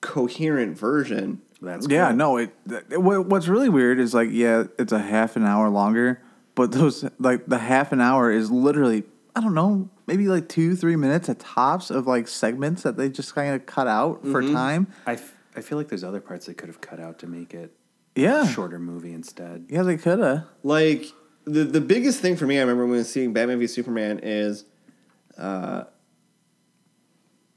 Speaker 1: coherent version.
Speaker 2: That's
Speaker 3: yeah,
Speaker 2: cool.
Speaker 3: no. It, it what- what's really weird is like yeah, it's a half an hour longer, but those like the half an hour is literally I don't know maybe like two three minutes at tops of like segments that they just kind of cut out for time.
Speaker 2: I, f- I feel like there's other parts they could have cut out to make it
Speaker 3: Yeah,
Speaker 2: a shorter movie instead.
Speaker 3: yeah, they could have.
Speaker 1: like the the biggest thing for me I remember when seeing Batman v Superman is, uh,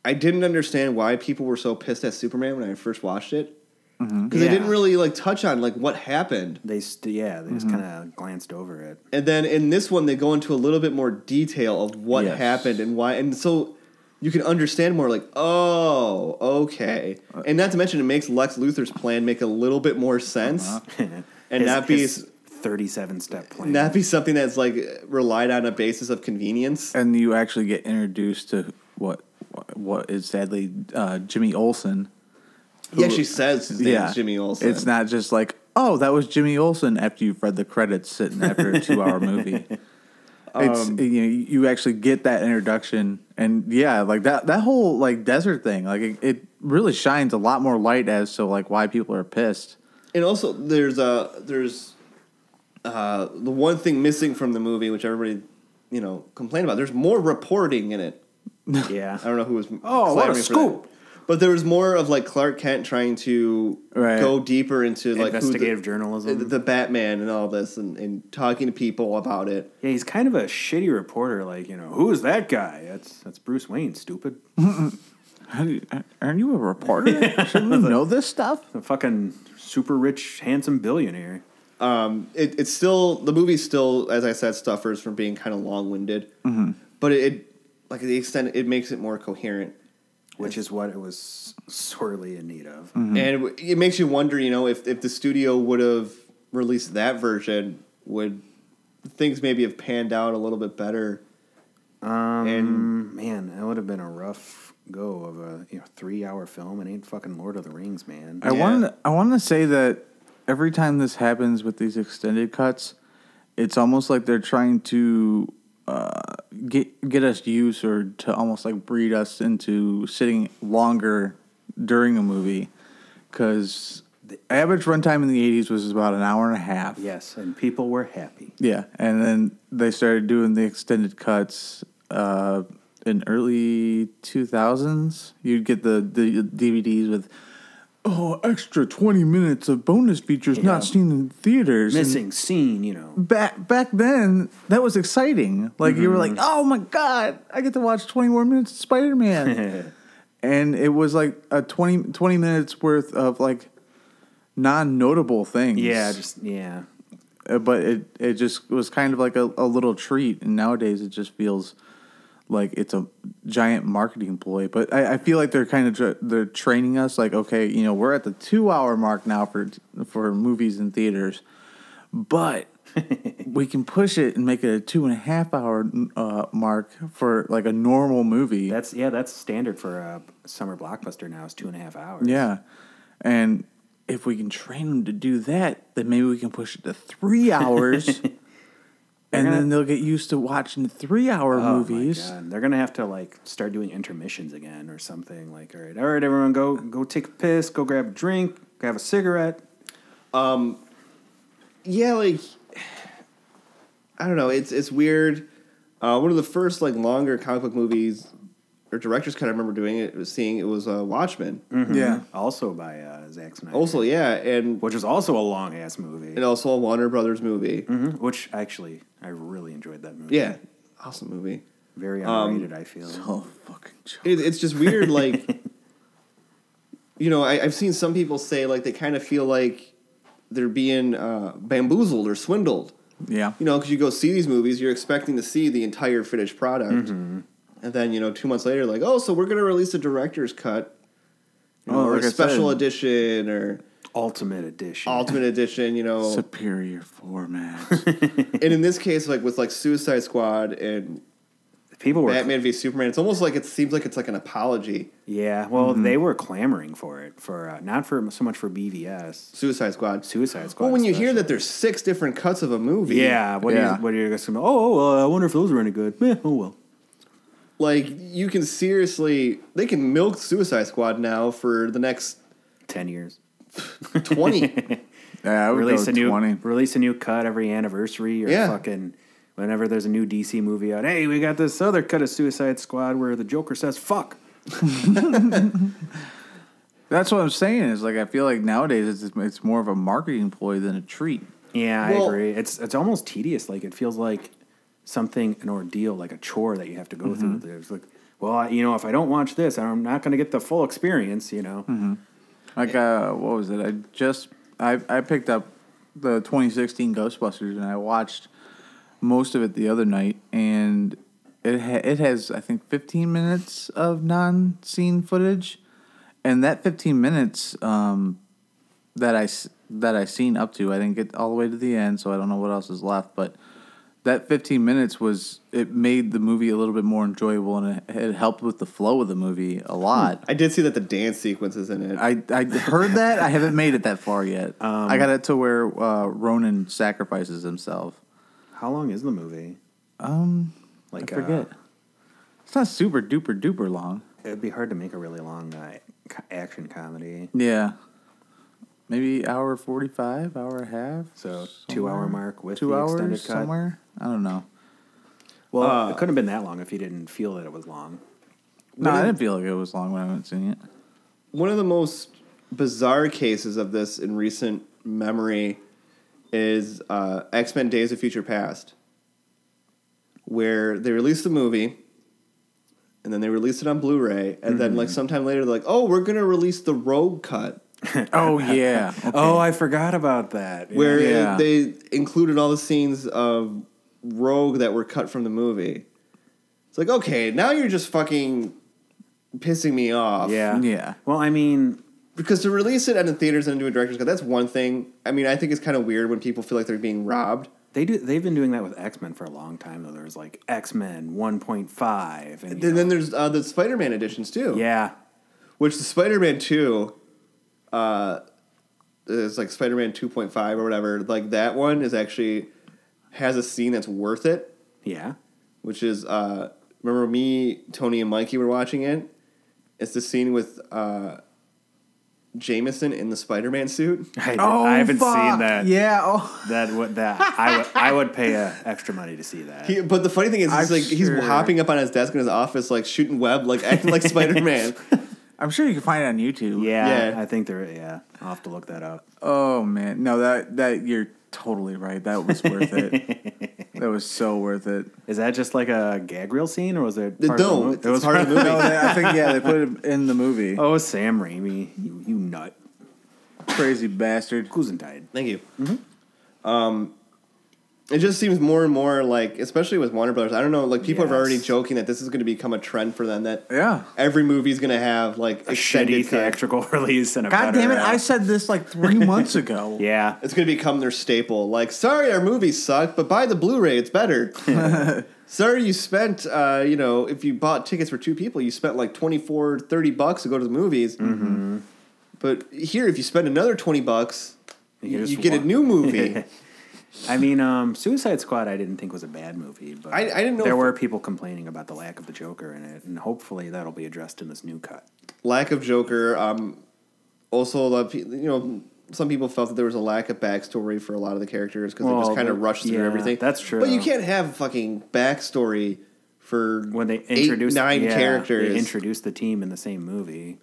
Speaker 1: I didn't understand why people were so pissed at Superman when I first watched it because they
Speaker 2: Yeah.
Speaker 1: didn't really like touch on like what happened.
Speaker 2: They st- yeah, they just
Speaker 1: Mm-hmm.
Speaker 2: kind of glanced over it.
Speaker 1: And then in this one, they go into a little bit more detail of what
Speaker 3: Yes.
Speaker 1: happened and why, and so you can understand more. Like, oh, okay, and not to mention it makes Lex Luthor's plan make a little bit more sense.
Speaker 2: Uh-huh. (laughs)
Speaker 1: And not be s-
Speaker 2: thirty-seven step plan.
Speaker 1: Not be something that's like relied on a basis of convenience.
Speaker 3: and you actually get introduced to what what is sadly uh, Jimmy Olsen.
Speaker 1: He actually says his name is Jimmy Olsen.
Speaker 3: It's not just like oh that was Jimmy Olsen after you've read the credits sitting after a two hour (laughs) movie. It's you know you actually get that introduction and yeah like that that whole like desert thing like it, it really shines a lot more light as to like why people are pissed.
Speaker 1: And also, there's a there's uh, the one thing missing from the movie, which everybody you know complained about. There's more reporting in it. I (laughs)
Speaker 2: yeah,
Speaker 1: don't know who was
Speaker 2: Oh, what
Speaker 1: clamoring for
Speaker 2: a
Speaker 1: that.
Speaker 2: scoop.
Speaker 1: But there was more of like Clark Kent trying to
Speaker 3: Right.
Speaker 1: go deeper into like who
Speaker 2: investigative
Speaker 1: the,
Speaker 2: journalism.
Speaker 1: the Batman and all this, and, and talking to people about it.
Speaker 2: yeah, he's kind of a shitty reporter. Like you know, who is that guy? That's that's Bruce Wayne. Stupid.
Speaker 3: How do you- Aren't you a (laughs) reporter? Shouldn't you know this stuff?
Speaker 2: A fucking super rich, handsome billionaire.
Speaker 1: it, it's still the movie's still as I said stuffers from being kind of long winded,
Speaker 2: Mm-hmm.
Speaker 1: but it, it like the extent it makes it more coherent,
Speaker 2: which is what it was sorely in need of.
Speaker 1: and it, w- it makes you wonder, you know, if if the studio would have released that version, would things maybe have panned out a little bit better? Um, and
Speaker 2: Mm, Man, that would have been a rough go of a you know three hour film. It ain't fucking Lord of the Rings, man.
Speaker 3: I
Speaker 1: Yeah.
Speaker 3: want I want to say that every time this happens with these extended cuts, it's almost like they're trying to uh, get get us used or to almost like breed us into sitting longer during a movie because the average runtime in the 80s was about an hour and a half
Speaker 2: Yes, and people were happy.
Speaker 3: yeah and then they started doing the extended cuts uh, in early 2000s you'd get the, the dvds with oh extra 20 minutes of bonus features
Speaker 2: Yeah.
Speaker 3: not seen in theaters and-
Speaker 2: Missing scene, you know.
Speaker 3: back back then that was exciting like you were like
Speaker 2: Mm-hmm.
Speaker 3: oh my god i get to watch 20 more minutes
Speaker 2: (laughs)
Speaker 3: of spider-man and it was like a 20, 20 minutes worth of like non-notable things
Speaker 2: Yeah, just yeah.
Speaker 3: Uh, but it it just was kind of like a, a little treat and nowadays it just feels like it's a giant marketing ploy but i, I feel like they're kind of tra- they're training us like okay you know we're at the two hour mark now for for movies and theaters but we can push it and make it a two and a half hour uh, mark for like a normal movie
Speaker 2: That's yeah, that's standard for a summer blockbuster now is two and a half hours.
Speaker 3: yeah and if we can train them to do that then maybe we can push it to
Speaker 2: (laughs)
Speaker 3: three hours and
Speaker 2: gonna-
Speaker 3: then they'll get used to watching three hour
Speaker 2: Oh my
Speaker 3: movies
Speaker 2: God. They're gonna have to like start doing intermissions again or something. Like, all right, all right, everyone go go take a piss, go grab a drink, grab a cigarette.
Speaker 1: yeah, like I don't know. It's it's weird. Uh, one of the first like longer comic book movies or directors kind of remember doing it was seeing it was uh, Watchmen.
Speaker 2: Mm-hmm.
Speaker 3: yeah
Speaker 2: Also by uh, Zack Snyder.
Speaker 1: Also, yeah, and
Speaker 2: which was also a long ass movie.
Speaker 1: and also a Warner Brothers movie.
Speaker 2: Mhm. Which actually I really enjoyed that movie.
Speaker 1: Yeah, awesome movie.
Speaker 2: Very underrated, I feel.
Speaker 3: oh fucking joke.
Speaker 1: It, it's just weird,
Speaker 3: (laughs)
Speaker 1: like you know, I, I've seen some people say like they kind of feel like they're being uh, bamboozled or swindled.
Speaker 3: yeah
Speaker 1: you know, because you go see these movies, you're expecting to see the entire finished product,
Speaker 3: Mm-hmm.
Speaker 1: and then you know, two months later, like, oh, so we're gonna release a director's cut, you know,
Speaker 3: Oh,
Speaker 1: or
Speaker 3: like
Speaker 1: a
Speaker 3: I
Speaker 1: special
Speaker 3: said.
Speaker 1: edition or
Speaker 2: Ultimate edition.
Speaker 1: ultimate edition, you know.
Speaker 2: (laughs)
Speaker 3: superior format
Speaker 1: and in this case, like with like Suicide Squad and
Speaker 2: People were
Speaker 1: Batman v Superman, it's almost like it seems like it's like an apology.
Speaker 2: Yeah, well, they were clamoring for it for uh, not for so much for BVS,
Speaker 1: Suicide Squad.
Speaker 2: Suicide Squad.
Speaker 1: well, when you hear
Speaker 2: especially.
Speaker 1: that there's six different cuts of a movie,
Speaker 2: yeah, what do
Speaker 3: Yeah.
Speaker 2: you what are you guys gonna? Oh, well, I wonder if those were any good. Meh, oh well.
Speaker 1: like you can seriously, they can milk Suicide Squad now for the next
Speaker 2: Ten years.
Speaker 1: twenty.
Speaker 3: yeah i would
Speaker 2: Release
Speaker 3: go
Speaker 2: a new
Speaker 3: 20
Speaker 2: release a new cut every anniversary or
Speaker 1: Yeah.
Speaker 2: fucking whenever there's a new DC movie out. Hey, we got this other cut of Suicide Squad where the Joker says fuck.
Speaker 3: that's what i'm saying is like i feel like nowadays it's, it's more of a marketing ploy than a treat
Speaker 2: Yeah,
Speaker 1: Well-
Speaker 2: I agree. It's it's almost tedious. Like it feels like something an ordeal, like a chore that you have to go through.
Speaker 3: Mm-hmm.
Speaker 2: There's like, well, I- you know, if I don't watch this, I'm not going to get the full experience. You know,
Speaker 3: Mm-hmm. Like uh, what was it? I just I I picked up the 2016 Ghostbusters and I watched most of it the other night, and it ha- it has I think 15 minutes of non scene footage, and that 15 minutes um that I s- that I seen up to I didn't get all the way to the end, so I don't know what else is left, but. That 15 minutes was it made the movie a little bit more enjoyable and it, it helped with the flow of the movie a lot.
Speaker 1: (laughs) I did see that the dance sequence is in it.
Speaker 3: I, I heard that. I haven't made it that far yet. I got it to where uh, Ronan sacrifices himself.
Speaker 2: how long is the movie?
Speaker 3: Um,
Speaker 2: Like,
Speaker 3: I forget.
Speaker 2: uh,
Speaker 3: it's not super duper duper long.
Speaker 2: it'd be hard to make a really long uh, co- action comedy.
Speaker 3: Yeah, maybe hour forty five, hour and a half.
Speaker 2: So two hour mark with
Speaker 3: two
Speaker 2: the
Speaker 3: hours
Speaker 2: extended cut.
Speaker 3: somewhere. I don't know.
Speaker 2: Well, it couldn't have been that long if you didn't feel that it was long.
Speaker 3: No, I
Speaker 1: did-
Speaker 3: didn't feel like it was long when I haven't seen it.
Speaker 2: (laughs)
Speaker 1: one of the most bizarre cases of this in recent memory is uh, X Men Days of Future Past, where they released the movie and then they released it on Blu ray, and then, like, sometime later, they're like, oh, we're going to release the Rogue Cut,
Speaker 3: Oh yeah.
Speaker 2: (laughs) Oh, I forgot about that.
Speaker 1: where it-
Speaker 3: Yeah.
Speaker 1: they included all the scenes of Rogue that were cut from the movie. It's like, okay, now you're just fucking pissing me off.
Speaker 2: yeah,
Speaker 3: Yeah.
Speaker 2: Well, I mean,
Speaker 1: because to release it at the theaters and do a director's cut, that's one thing. I mean, I think it's kind of weird when people feel like they're being robbed.
Speaker 2: They do. They've been doing that with X Men for a long time. Though there's like X Men 1.5, and you
Speaker 1: Then,
Speaker 2: know,
Speaker 1: then there's uh, the Spider-Man editions too.
Speaker 2: yeah,
Speaker 1: Which the Spider-Man two, uh, is like Spider-Man two point five or whatever. Like that one is actually has a scene that's worth it.
Speaker 2: yeah.
Speaker 1: which is uh, remember me, Tony, and Mikey were watching it. It's the scene with uh, Jameson in the Spider-Man suit.
Speaker 2: I, I haven't seen
Speaker 3: Oh, fuck.
Speaker 2: that.
Speaker 3: Yeah. Oh.
Speaker 2: That would that I would I would pay uh, extra money to see that.
Speaker 1: He, but the funny thing is, he's
Speaker 3: I'm
Speaker 1: like he's
Speaker 3: sure.
Speaker 1: hopping up on his desk in his office, like shooting web, like acting
Speaker 2: (laughs)
Speaker 1: like Spider-Man.
Speaker 3: I'm sure you can find it on YouTube.
Speaker 2: yeah,
Speaker 1: Yeah.
Speaker 2: I think there. Yeah, I'll have to look that up.
Speaker 3: Oh man. No, that that you're totally right. That was worth it. (laughs) that was so worth it.
Speaker 2: Is that just like a gag reel scene, or was it? Part of the
Speaker 1: No,
Speaker 2: movie?
Speaker 1: it's
Speaker 2: it was
Speaker 1: part of the
Speaker 3: No,
Speaker 1: movie.
Speaker 3: they, I think yeah, they put it in the movie.
Speaker 2: Oh, Sam Raimi, you, you nut.
Speaker 3: Crazy bastard.
Speaker 2: Guzendine.
Speaker 1: Thank you. Um,
Speaker 2: Mm-hmm.
Speaker 1: it just seems more and more like, especially with Warner Brothers. I don't know, like people are already
Speaker 2: Yes.
Speaker 1: joking that this is going to become a trend for them. That
Speaker 3: Yeah.
Speaker 1: every movie's going to have like
Speaker 2: Shitty
Speaker 1: extended cut.
Speaker 2: theatrical (laughs) release and a
Speaker 3: God
Speaker 2: better,
Speaker 3: damn it!
Speaker 2: uh,
Speaker 3: I said this like three months ago. (laughs)
Speaker 2: yeah.
Speaker 1: It's going to become their staple. Like, sorry, our movie sucked, but buy the Blu-ray; it's better.
Speaker 2: (laughs)
Speaker 1: (laughs) sorry, you spent, uh, you know, if you bought tickets for two people, you spent like 24, 30 bucks to go to the movies.
Speaker 2: Mm-hmm.
Speaker 1: But here, if you spend another twenty bucks,
Speaker 2: can
Speaker 1: you,
Speaker 2: just
Speaker 1: you get a
Speaker 2: wa-
Speaker 1: new
Speaker 2: (laughs)
Speaker 1: movie.
Speaker 2: I mean, um, Suicide Squad. I didn't think was a bad movie, but
Speaker 1: I- I didn't know
Speaker 2: there
Speaker 1: if-
Speaker 2: were people complaining about the lack of the Joker in it, and hopefully that'll be addressed in this new cut.
Speaker 1: lack of Joker. Um, also, a lot of pe- you know, some people felt that there was a lack of backstory for a lot of the characters because they
Speaker 2: Well,
Speaker 1: just kind
Speaker 2: the-
Speaker 1: of rushed through
Speaker 2: yeah,
Speaker 1: everything.
Speaker 2: that's true.
Speaker 1: But you can't have fucking backstory for
Speaker 2: When they
Speaker 1: eight,
Speaker 2: introduced
Speaker 1: nine
Speaker 2: yeah,
Speaker 1: characters.
Speaker 2: they introduced the team in the same movie.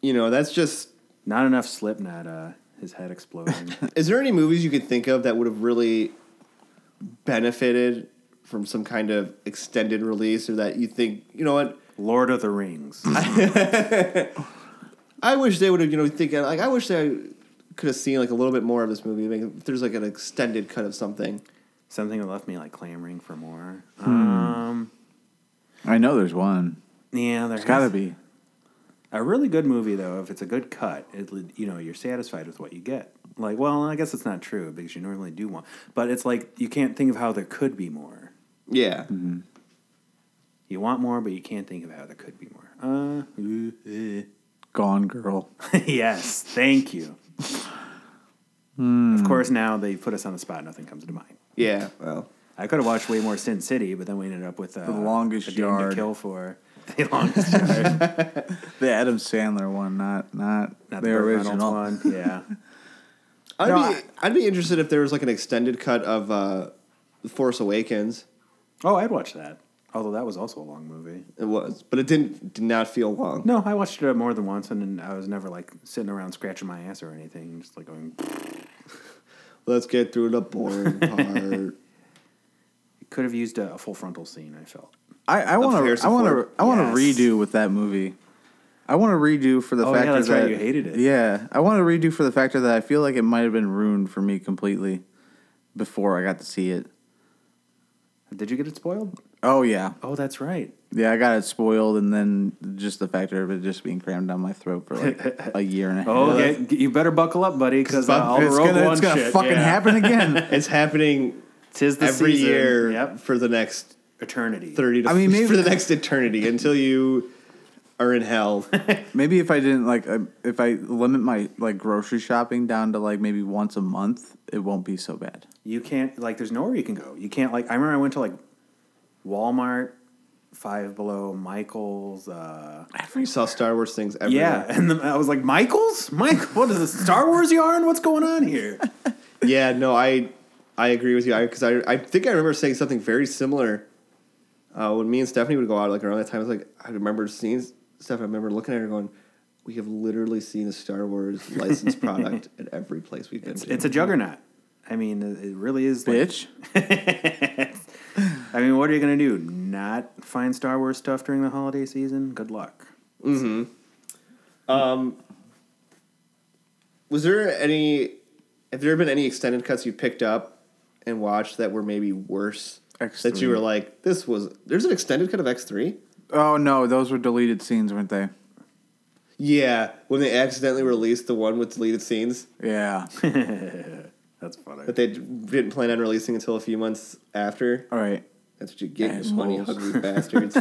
Speaker 1: you know, that's just.
Speaker 2: Not enough Slipknot. Uh, his head exploding.
Speaker 1: (laughs) Is there any movies you could think of that would have really benefited from some kind of extended release, or that you think you know what?
Speaker 2: Lord of the Rings.
Speaker 1: I wish they would have, you know, thinking like I wish they could have seen like a little bit more of this movie. Like, if there's like an extended cut of something.
Speaker 2: Something that left me like clamoring for more.
Speaker 1: Hmm.
Speaker 2: Um,
Speaker 3: I know there's one.
Speaker 2: yeah, there's
Speaker 3: It's gotta (laughs) be.
Speaker 2: A really good movie, though, if it's a good cut, it, you know, you're satisfied with what you get. Like, well, I guess it's not true because you normally do want, but it's like you can't think of how there could be more.
Speaker 1: Yeah.
Speaker 2: Mm-hmm. You want more, but you can't think of how there could be more. (laughs) Uh, ooh, eh.
Speaker 3: Gone Girl.
Speaker 2: yes, thank you. Of course, now they put us on the spot. Nothing comes to mind.
Speaker 1: Yeah. Well.
Speaker 2: I could have watched way more Sin City, but then we ended up with uh,
Speaker 3: The Longest
Speaker 2: a Dame
Speaker 3: Yard.
Speaker 2: to kill
Speaker 3: (laughs)
Speaker 2: for the (laughs) longest yard,
Speaker 3: The Adam Sandler one, not not,
Speaker 2: not the
Speaker 3: the
Speaker 2: Burt Reynolds
Speaker 3: original.
Speaker 2: one.
Speaker 3: (laughs)
Speaker 2: Yeah,
Speaker 1: I'd
Speaker 2: No,
Speaker 1: be I, would be interested if there was like an extended cut of uh, The Force Awakens.
Speaker 2: Oh, I'd watch that. Although that was also a long movie.
Speaker 1: It was, but it didn't did not feel long.
Speaker 2: No, I watched it more than once, and I was never like sitting around scratching my ass or anything. Just like going,
Speaker 1: Let's get through the
Speaker 2: (laughs)
Speaker 1: boring part.
Speaker 2: it could have used a, a full frontal scene. I felt.
Speaker 3: I, I want
Speaker 1: Harrison
Speaker 3: to I want to
Speaker 1: Ford.
Speaker 3: I want to
Speaker 2: Yes.
Speaker 3: redo with that movie. I want to redo for the
Speaker 2: Oh, yeah,
Speaker 3: factor
Speaker 2: that's
Speaker 3: that
Speaker 2: right, you hated it.
Speaker 3: Yeah, I want to redo for the factor that I feel like it might have been ruined for me completely before I got to see it.
Speaker 2: Did you get it spoiled?
Speaker 3: Oh yeah,
Speaker 2: Oh, that's right.
Speaker 3: yeah, I got it spoiled, and then just the factor of it just being crammed down my throat for
Speaker 2: (laughs)
Speaker 3: like a year and a half.
Speaker 2: Oh, get- get- you better buckle up, buddy, because uh, all the
Speaker 3: it's
Speaker 2: Rogue
Speaker 3: gonna,
Speaker 2: One
Speaker 3: it's gonna
Speaker 2: shit,
Speaker 3: fucking
Speaker 2: yeah. (laughs)
Speaker 3: happen again.
Speaker 1: it's happening
Speaker 2: Tis the
Speaker 1: every
Speaker 2: season.
Speaker 1: year
Speaker 2: Yep.
Speaker 1: for the next
Speaker 2: Eternity.
Speaker 1: thirty. To,
Speaker 3: I mean, maybe-
Speaker 1: (laughs) for the next eternity until you are in hell.
Speaker 3: Maybe if I didn't like, um, if I limit my like grocery shopping down to like maybe once a month, it won't be so bad.
Speaker 2: You can't like. There's nowhere you can go. You can't like. I remember I went to like Walmart, Five Below, Michael's. uh
Speaker 1: you saw Star Wars things everywhere.
Speaker 2: Yeah, (laughs) and the, I was like, Michaels, Mike, what is this Star Wars yarn? What's going on here?
Speaker 1: Yeah, no, I I agree with you because I, I think I remember saying something very similar uh, when me and Stephanie would go out like around that time. I was like, I remember seeing stuff. I remember looking at her going, "We have literally seen a Star Wars licensed product at every place we've been to."
Speaker 2: It's a juggernaut. I mean, it- it really is. Like,
Speaker 3: Bitch.
Speaker 2: (laughs) I mean, what are you going to do? Not find Star Wars stuff during the holiday season? Good luck.
Speaker 1: Was there any? Have there been any extended cuts you picked up and watched that were maybe worse? That
Speaker 3: X3.
Speaker 1: you were like, this was. There's an extended cut of X three.
Speaker 3: Oh no, those were deleted scenes, weren't they?
Speaker 1: Yeah, when they accidentally released the one with deleted scenes.
Speaker 3: (laughs) Yeah.
Speaker 2: That's funny.
Speaker 1: that they d- didn't plan on releasing until a few months after.
Speaker 3: All right.
Speaker 1: That's what you get, you money (laughs)
Speaker 3: Assholes.
Speaker 1: hungry bastards.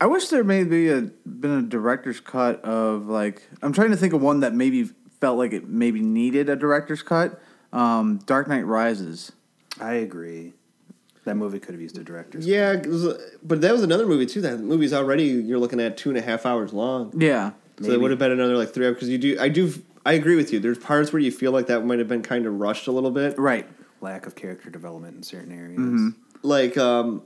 Speaker 3: I wish there may be a been a director's cut of like I'm trying to think of one that maybe felt like it maybe needed a director's cut. Um, Dark Knight Rises.
Speaker 2: I agree. That movie could have used a director's
Speaker 1: Yeah, 'cause- but that was another movie too. That movie's already you're looking at two and a half hours long.
Speaker 3: Yeah.
Speaker 1: So it would have been another like three hours because you do. I do. I agree with you. There's parts where you feel like that might have been kind of rushed a little bit.
Speaker 3: Right.
Speaker 2: lack of character development in certain areas.
Speaker 1: Like, um,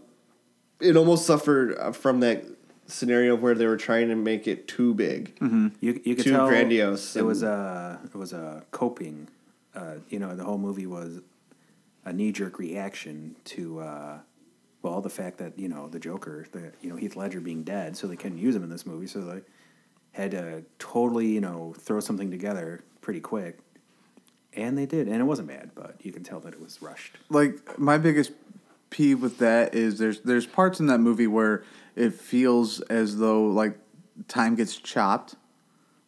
Speaker 1: it almost suffered uh, from that scenario where they were trying to make it too big.
Speaker 3: Mm-hmm.
Speaker 2: You, you could
Speaker 1: Too
Speaker 2: tell
Speaker 1: grandiose
Speaker 2: It
Speaker 1: and-
Speaker 2: was a it was a coping. Uh, you know, the whole movie was a knee jerk reaction to uh, well the fact that you know the Joker, the you know Heath Ledger being dead, so they couldn't use him in this movie. So they had to totally you know throw something together pretty quick, and they did, and it wasn't bad, but you can tell that it was rushed.
Speaker 3: Like my biggest peeve with that is there's there's parts in that movie where it feels as though like time gets chopped.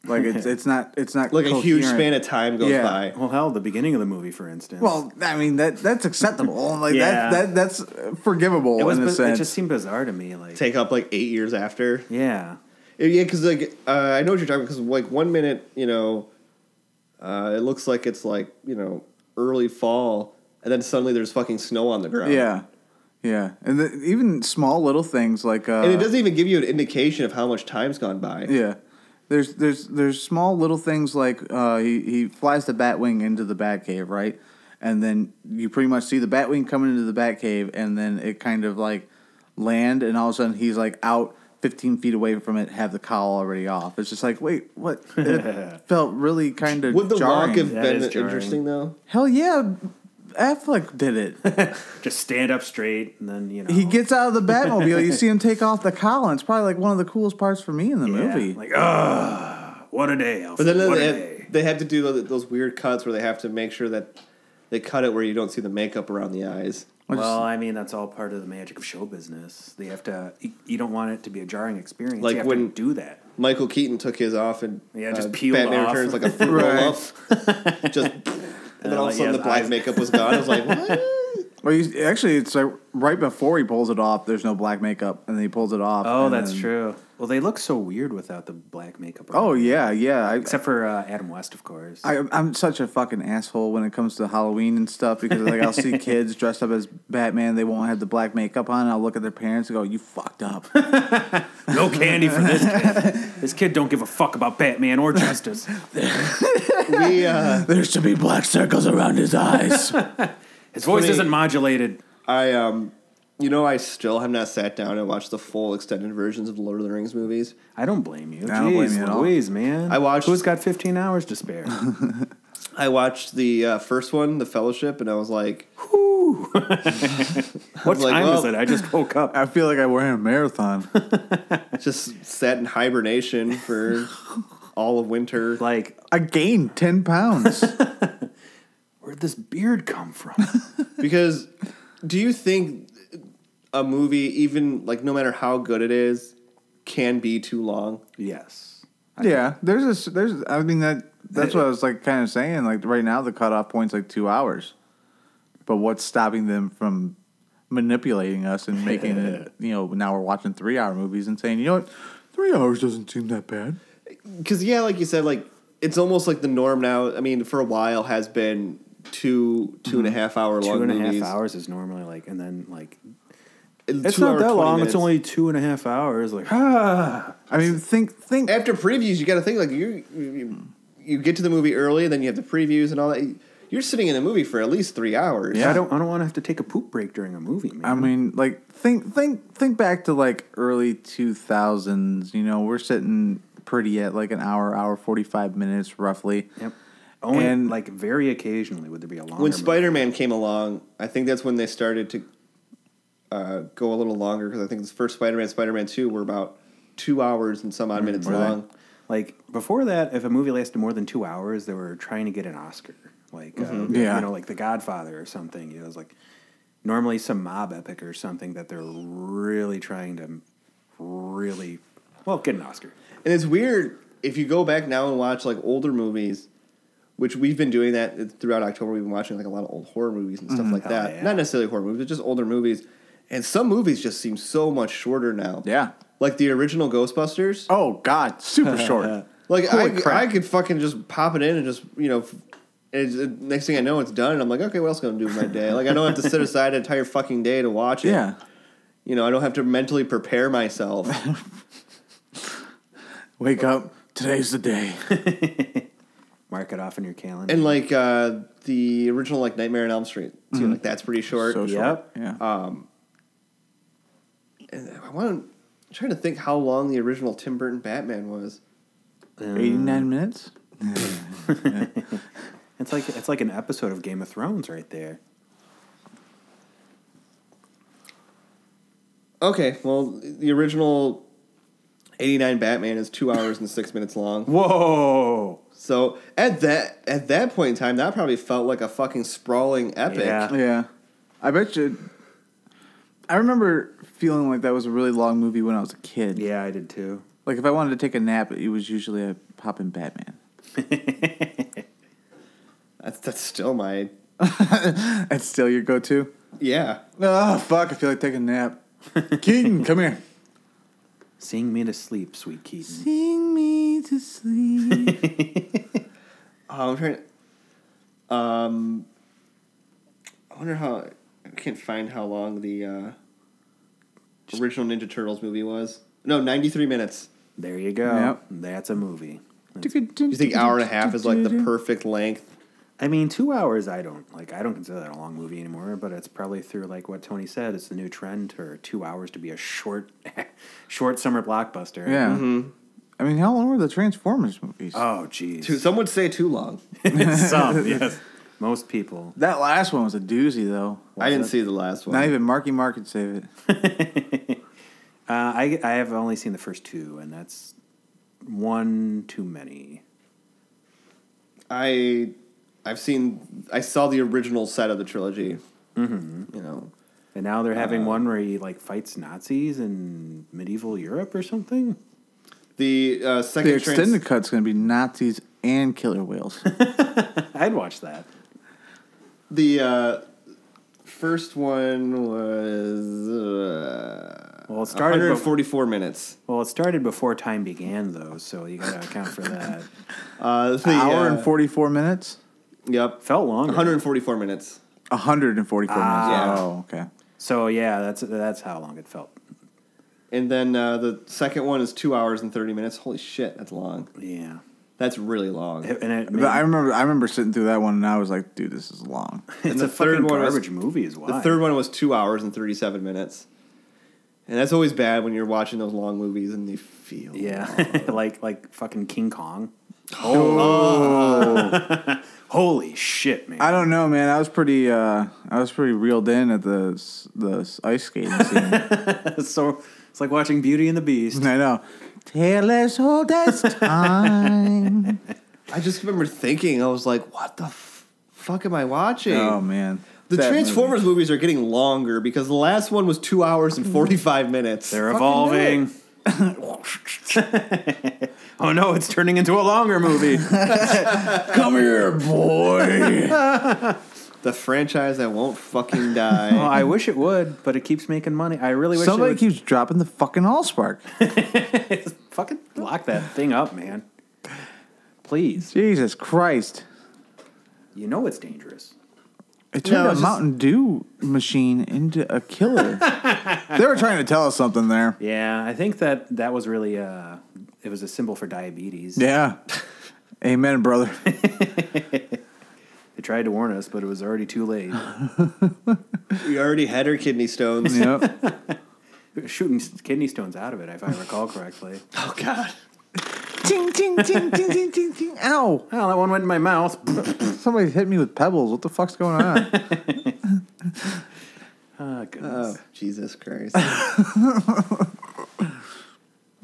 Speaker 3: Like it's it's not it's not
Speaker 1: Like a huge
Speaker 3: coherent.
Speaker 1: span of time goes
Speaker 3: Yeah.
Speaker 1: by.
Speaker 2: Well, hell, the beginning of the movie, for instance.
Speaker 3: Well, I mean that that's acceptable. Like
Speaker 2: Yeah.
Speaker 3: that that that's uh, forgivable
Speaker 2: it was.
Speaker 3: in a
Speaker 2: bi- It
Speaker 3: sense.
Speaker 2: just seemed bizarre to me. Like,
Speaker 1: Take up like eight years after.
Speaker 2: yeah,
Speaker 1: Yeah, because like uh, I know what you're talking because like one minute you know, uh, it looks like it's like you know early fall, and then suddenly there's fucking snow on the ground.
Speaker 3: yeah. Yeah. And the, even small little things like uh
Speaker 1: and it doesn't even give you an indication of how much time's gone by.
Speaker 3: Yeah. There's there's there's small little things like uh, he he flies the Batwing into the Batcave, right? And then you pretty much see the Batwing coming into the Batcave, and then it kind of like land, and all of a sudden he's like out 15 feet away from it, have the cowl already off. It's just like, wait, what? It
Speaker 1: (laughs)
Speaker 3: felt really kind of
Speaker 1: Would the
Speaker 3: jarring.
Speaker 1: walk have
Speaker 2: That
Speaker 1: been
Speaker 2: is jarring.
Speaker 1: interesting though?
Speaker 3: Hell yeah, Affleck did it.
Speaker 2: just stand up straight, and then you know
Speaker 3: he gets out of the Batmobile, you see him take off the cowl, and it's probably like one of the coolest parts for me in the
Speaker 2: Yeah,
Speaker 3: movie.
Speaker 2: Like, ah, what a day,
Speaker 1: But
Speaker 2: Alfred.
Speaker 1: then
Speaker 2: what a
Speaker 1: they
Speaker 2: day.
Speaker 1: have, they have to do those, those weird cuts where they have to make sure that they cut it where you don't see the makeup around the eyes.
Speaker 3: I just-
Speaker 2: Well, I mean, that's all part of the magic of show business. They have to. You, you don't want it to be a jarring experience.
Speaker 1: Like
Speaker 2: you have
Speaker 1: when-
Speaker 2: to do that.
Speaker 1: Michael Keaton took his off and uh,
Speaker 2: Yeah, just peeled
Speaker 1: Batman
Speaker 2: off.
Speaker 1: Returns like a full
Speaker 3: Right.
Speaker 1: off. (laughs)
Speaker 2: (laughs)
Speaker 1: just and then all of a
Speaker 2: like,
Speaker 1: sudden
Speaker 2: Uh, yes,
Speaker 1: the black
Speaker 2: (laughs) eyes-
Speaker 1: makeup was gone. I was like,
Speaker 2: (laughs)
Speaker 1: what?
Speaker 3: Well, he's, actually, it's like right before he pulls it off. There's no black makeup, and then he pulls it off.
Speaker 2: Oh,
Speaker 3: and
Speaker 2: that's
Speaker 3: then-
Speaker 2: true. Well, they look so weird without the black makeup.
Speaker 3: Oh yeah, yeah. I,
Speaker 2: except for uh, Adam West, of course.
Speaker 3: I, I'm such a fucking asshole when it comes to Halloween and stuff because like I'll (laughs) see kids dressed up as Batman. They won't have the black makeup on. And I'll look at their parents and go, "You fucked (laughs) up."
Speaker 2: (laughs) no candy for this kid. this kid don't give a fuck about Batman or justice.
Speaker 1: we uh,
Speaker 3: there should be black circles around his eyes.
Speaker 2: His voice
Speaker 1: funny.
Speaker 2: isn't modulated.
Speaker 1: I um you know I still have not sat down and watched the full extended versions of the Lord of the Rings movies.
Speaker 2: I don't blame you.
Speaker 3: I don't blame
Speaker 2: Jeez
Speaker 3: you at all.
Speaker 2: Louise, man.
Speaker 1: I watched-
Speaker 2: Who's got 15 hours to (laughs) spare?
Speaker 1: I watched the uh, first one, The Fellowship, and I was like,
Speaker 2: (laughs) what
Speaker 1: like,
Speaker 2: time is
Speaker 1: well-
Speaker 2: it? I just woke up.
Speaker 3: (laughs) I feel like I ran a marathon.
Speaker 1: just sat in hibernation
Speaker 2: (laughs)
Speaker 1: for all of winter.
Speaker 2: Like,
Speaker 3: I gained ten (laughs) pounds.
Speaker 2: where'd this beard come (laughs) from?
Speaker 1: Because do you think a movie, even like no matter how good it is, can be too long?
Speaker 2: yes.
Speaker 3: yeah, there's this. There's. I mean that. That's what I was like kind of saying. Like right now, the cutoff point's like two hours, but what's stopping them from manipulating us and making (laughs) it? You know, now we're watching three hour movies and saying, you know what, three hours doesn't seem that bad.
Speaker 1: Because yeah, like you said, like it's almost like the norm now. I mean, for a while has been two two and a half hour long
Speaker 2: Mm-hmm. Two and a half
Speaker 1: movies.
Speaker 2: hours is normally like, and then like,
Speaker 1: It's
Speaker 2: it's
Speaker 1: two
Speaker 2: not
Speaker 1: hour,
Speaker 2: that
Speaker 1: 20
Speaker 2: long.
Speaker 1: minutes.
Speaker 2: It's only two and a half hours. Like, ah.
Speaker 3: (sighs) I mean, think think.
Speaker 1: after previews. You got to think like you, you you get to the movie early, then you have the previews and all that. You're sitting in the movie for at least three hours.
Speaker 2: I don't. I don't want to have to take a poop break during a movie, man.
Speaker 3: I mean, like think think think back to like early two thousands. You know, we're sitting pretty at like an hour, hour forty five minutes roughly.
Speaker 2: yep. Only
Speaker 3: And-
Speaker 2: like very occasionally would there be a long.
Speaker 1: when Spider Man came along, I think that's when they started to uh, go a little longer because I think the first Spider Man, Spider Man Two, were about two hours and some odd minutes
Speaker 3: Mm, were they?
Speaker 1: long.
Speaker 2: Like before that, if a movie lasted more than two hours, they were trying to get an Oscar. Like, uh,
Speaker 3: Yeah.
Speaker 2: you know, like The Godfather or something. You know, it was like normally some mob epic or something that they're really trying to really well get an Oscar.
Speaker 1: And it's weird if you go back now and watch like older movies, which we've been doing that uh, throughout October. We've been watching like a lot of old horror movies and
Speaker 3: Mm,
Speaker 1: stuff like
Speaker 2: Oh,
Speaker 1: that.
Speaker 2: yeah.
Speaker 1: Not necessarily horror movies, but just older movies. And some movies just seem so much shorter now.
Speaker 3: Yeah.
Speaker 1: Like the original Ghostbusters.
Speaker 3: Oh God, super short.
Speaker 1: Like
Speaker 3: Holy
Speaker 1: I,
Speaker 3: crap.
Speaker 1: I could fucking just pop it in and just you know, f- it's, it, next thing I know, it's done, and I'm like, okay, what else can I do with my day? Like, I don't have to
Speaker 3: (laughs)
Speaker 1: sit aside an entire fucking day to watch it.
Speaker 3: (laughs) Yeah.
Speaker 1: You know, I don't have to mentally prepare
Speaker 3: (laughs)
Speaker 1: myself.
Speaker 3: Wake up. Today's the day.
Speaker 1: (laughs)
Speaker 2: Mark it off in your calendar.
Speaker 1: and like uh, the original, like Nightmare on Elm Street, too, like that's pretty short.
Speaker 3: Mm-hmm. So short.
Speaker 2: Yep.
Speaker 3: Yeah.
Speaker 1: Uh, And I want. I'm trying to think how long the original Tim Burton Batman was.
Speaker 3: 89 minutes?
Speaker 2: it's like it's like an episode of Game of Thrones right there.
Speaker 1: Okay, well, the original '89 Batman is two hours and six minutes long.
Speaker 2: Whoa.
Speaker 1: So at that at that point in time, that probably felt like a fucking sprawling epic.
Speaker 2: Yeah.
Speaker 3: Yeah. I bet you. I remember feeling like that was a really long movie when I was a kid.
Speaker 2: Yeah, I did too.
Speaker 3: Like if I wanted to take a nap, it was usually a pop in Batman. (laughs)
Speaker 1: That's, that's still my
Speaker 3: That's still your go to?
Speaker 1: yeah.
Speaker 3: Oh, fuck. I feel like taking
Speaker 1: (laughs)
Speaker 3: a nap. Keaton, come here.
Speaker 2: Sing me to sleep, sweet
Speaker 3: (laughs)
Speaker 2: Keaton.
Speaker 3: Sing me
Speaker 1: (laughs)
Speaker 3: to sleep.
Speaker 1: Oh, I'm trying. um, I wonder how I can't find how long the uh, original Ninja Turtles movie was. No, 93 minutes.
Speaker 2: There you go.
Speaker 3: Yep.
Speaker 2: That's a movie.
Speaker 1: You think hour and a half is like
Speaker 3: (laughs)
Speaker 1: the perfect length?
Speaker 2: I mean, two hours. I don't like. I don't consider that a long movie anymore. But it's probably through like what Tony said. It's the new trend for two hours to be a short, (laughs) short summer blockbuster.
Speaker 3: Yeah.
Speaker 1: Mm-hmm.
Speaker 3: I mean, how long were the Transformers movies?
Speaker 1: Uh,
Speaker 2: Oh,
Speaker 1: (laughs)
Speaker 2: jeez.
Speaker 1: Too, some would say too long.
Speaker 2: (laughs) Some. Yes. Most people.
Speaker 3: that last one was a doozy, though.
Speaker 1: I didn't see the last one.
Speaker 3: Not even Marky Mark could save it.
Speaker 2: (laughs) Uh, I I have only seen the first two, and that's one too many.
Speaker 1: I I've seen I saw the original set of the trilogy. Mm-hmm. You know,
Speaker 2: And now they're having
Speaker 1: Uh.
Speaker 2: one where he like fights Nazis in medieval Europe or something.
Speaker 1: the uh, second
Speaker 3: The
Speaker 1: trans-
Speaker 3: extended cut's going to be Nazis and
Speaker 1: (laughs)
Speaker 3: killer whales.
Speaker 2: I'd watch that.
Speaker 1: The uh, first one was uh,
Speaker 2: Well, it started. bef-
Speaker 1: 144 minutes.
Speaker 2: well, it started before time began, though, so you gotta account
Speaker 1: (laughs)
Speaker 2: for that.
Speaker 1: Uh, the,
Speaker 3: hour
Speaker 1: uh,
Speaker 3: and 44 minutes?
Speaker 1: Yep,
Speaker 2: Felt longer.
Speaker 1: 144 minutes.
Speaker 3: 144 minutes.
Speaker 1: Yeah.
Speaker 3: Oh, okay.
Speaker 2: So yeah, that's that's how long it felt.
Speaker 1: And then uh, the second one is two hours and 30 minutes. Holy shit, that's long.
Speaker 2: Yeah,
Speaker 1: That's really long.
Speaker 2: and it,
Speaker 3: But I remember, I remember sitting through that one, and I was like, "Dude, this is long."
Speaker 2: (laughs) it's
Speaker 1: the
Speaker 2: a
Speaker 1: third
Speaker 2: fucking
Speaker 1: one was-
Speaker 2: garbage movie as well.
Speaker 1: The third one was two hours and 37 minutes. And that's always bad when you're watching those long movies and they feel.
Speaker 2: yeah, (laughs) like like fucking King Kong. Oh, (laughs) holy shit, man!
Speaker 3: I don't know, man. I was pretty, uh, I was pretty reeled in at the s- the s- ice skating
Speaker 1: (laughs)
Speaker 3: scene. (laughs)
Speaker 2: so it's like watching Beauty and the Beast.
Speaker 3: I know. Tell us
Speaker 1: (laughs)
Speaker 3: all this time.
Speaker 1: I just remember thinking, I was like, what the f- fuck am I watching?
Speaker 3: oh man,
Speaker 1: The
Speaker 3: That
Speaker 1: Transformers movies are getting longer because the last one was two hours and forty five minutes.
Speaker 2: They're evolving. (laughs) oh no, it's turning into a longer (laughs) movie.
Speaker 3: Come
Speaker 1: (laughs)
Speaker 3: here, boy.
Speaker 1: the franchise that won't fucking
Speaker 2: Oh, (laughs)
Speaker 1: die.
Speaker 2: I wish it would, but it keeps making money. I really wish
Speaker 3: Somebody
Speaker 2: it would.
Speaker 3: keeps dropping the fucking Allspark.
Speaker 2: (laughs) fucking lock that thing up, man. Please.
Speaker 3: Jesus Christ!
Speaker 2: You know it's dangerous.
Speaker 3: It
Speaker 1: No,
Speaker 3: turned a
Speaker 1: it's just-
Speaker 3: Mountain Dew machine into a (laughs) killer. they were trying to tell us something there.
Speaker 2: Yeah, I think that that was really uh it was a symbol for diabetes.
Speaker 3: Yeah. Amen, (laughs) brother.
Speaker 2: They tried to warn us, but it was already too late.
Speaker 1: we already had our kidney
Speaker 3: (laughs)
Speaker 1: stones.
Speaker 3: yep.
Speaker 2: Shooting s- kidney stones out of it, if I recall correctly.
Speaker 1: oh god.
Speaker 3: ting, ting, ting, ting, ting, ting, ting. Ow.
Speaker 2: Well, that one went in my mouth. (laughs)
Speaker 3: Somebody hit me with pebbles. What the fuck's going on?
Speaker 2: Ah, goodness.
Speaker 1: Oh Jesus Christ.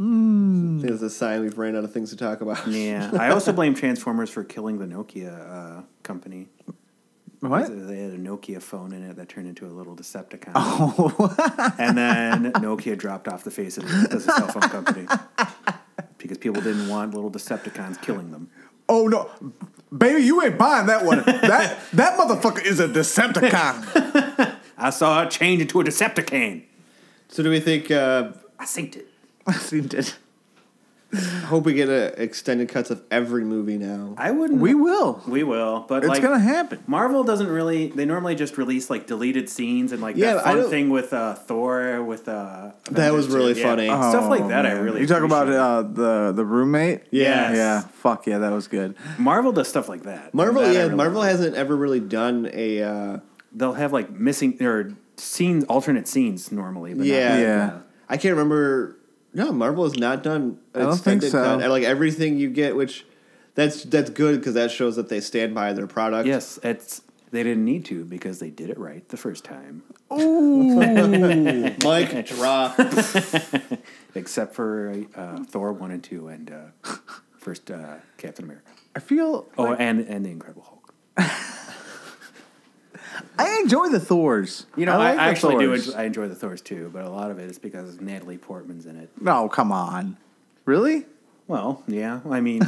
Speaker 1: There's a sign we've ran out of things to talk about.
Speaker 2: Yeah, I also blame Transformers for killing the Nokia uh, company.
Speaker 3: (laughs) what?
Speaker 2: They had a Nokia phone in it that turned into a little Decepticon. and then Nokia dropped off the face of the earth as a cell phone company because people didn't want little Decepticons killing them.
Speaker 3: Oh, no. Baby, you ain't buying that one. That that motherfucker is a (laughs) Decepticon.
Speaker 2: I saw it change into a Decepticon.
Speaker 1: So do we think uh,
Speaker 2: I synced it.
Speaker 3: I seen it.
Speaker 1: hope we get a extended cuts of every movie now.
Speaker 2: I wouldn't.
Speaker 3: We will.
Speaker 2: We will. But
Speaker 3: It's
Speaker 2: like,
Speaker 3: gonna happen.
Speaker 2: Marvel doesn't really. They normally just release like deleted scenes and like
Speaker 1: Yeah,
Speaker 2: that
Speaker 1: I
Speaker 2: fun
Speaker 1: don't-
Speaker 2: thing with uh, Thor with uh,
Speaker 1: That was
Speaker 2: Avengers
Speaker 1: really
Speaker 2: 2.
Speaker 1: funny.
Speaker 2: Yeah. stuff like
Speaker 3: Oh,
Speaker 2: that. I
Speaker 3: man.
Speaker 2: really
Speaker 3: You talk about
Speaker 2: appreciate.
Speaker 3: uh, the the roommate.
Speaker 1: Yeah.
Speaker 3: Yeah. Fuck yeah, that was good.
Speaker 2: Marvel does stuff like that.
Speaker 1: Marvel,
Speaker 2: That I
Speaker 1: yeah,
Speaker 2: really-
Speaker 1: Marvel hasn't ever really done a. Uh,
Speaker 2: They'll have like missing or scenes, alternate scenes normally. But not
Speaker 1: yeah,
Speaker 2: like uh,
Speaker 3: Yeah.
Speaker 2: that.
Speaker 1: I can't remember. No, Marvel has not done an
Speaker 3: I don't think
Speaker 1: extended
Speaker 3: so.
Speaker 1: cut. And, Like everything you get, which that's that's good because that shows that they stand by their product. (laughs)
Speaker 2: Yes, it's they didn't need to because they did it right the first time,
Speaker 3: (laughs)
Speaker 1: Mike drop.
Speaker 2: except for uh, Thor one and two and uh, first uh, Captain America.
Speaker 3: I feel
Speaker 2: Oh, and and the Incredible Hulk.
Speaker 3: I enjoy the Thors.
Speaker 2: You know, I,
Speaker 3: like
Speaker 2: I
Speaker 3: the
Speaker 2: actually
Speaker 3: Thors.
Speaker 2: do. Enjoy, I enjoy the Thors too, but a lot of it is because Natalie Portman's in it.
Speaker 3: No, come on. Really?
Speaker 2: Well, yeah, I mean, (laughs)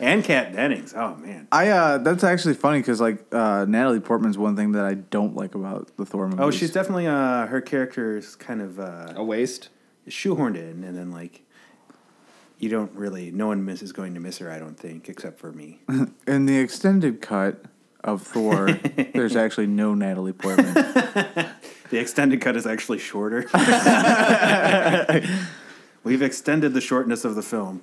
Speaker 2: and Kat Dennings. Oh man.
Speaker 3: I uh that's actually funny because like uh Natalie Portman's one thing that I don't like about the Thor movies.
Speaker 2: Oh, she's definitely uh, her character's kind of uh,
Speaker 1: a waste.
Speaker 2: shoehorned in, and then like you don't really. No one miss is going to miss her, I don't think, except for (laughs) me.
Speaker 3: in the extended cut of
Speaker 2: (laughs)
Speaker 3: Thor. there's actually no Natalie Portman.
Speaker 2: The extended cut is actually (laughs) shorter. We've extended the shortness of the film.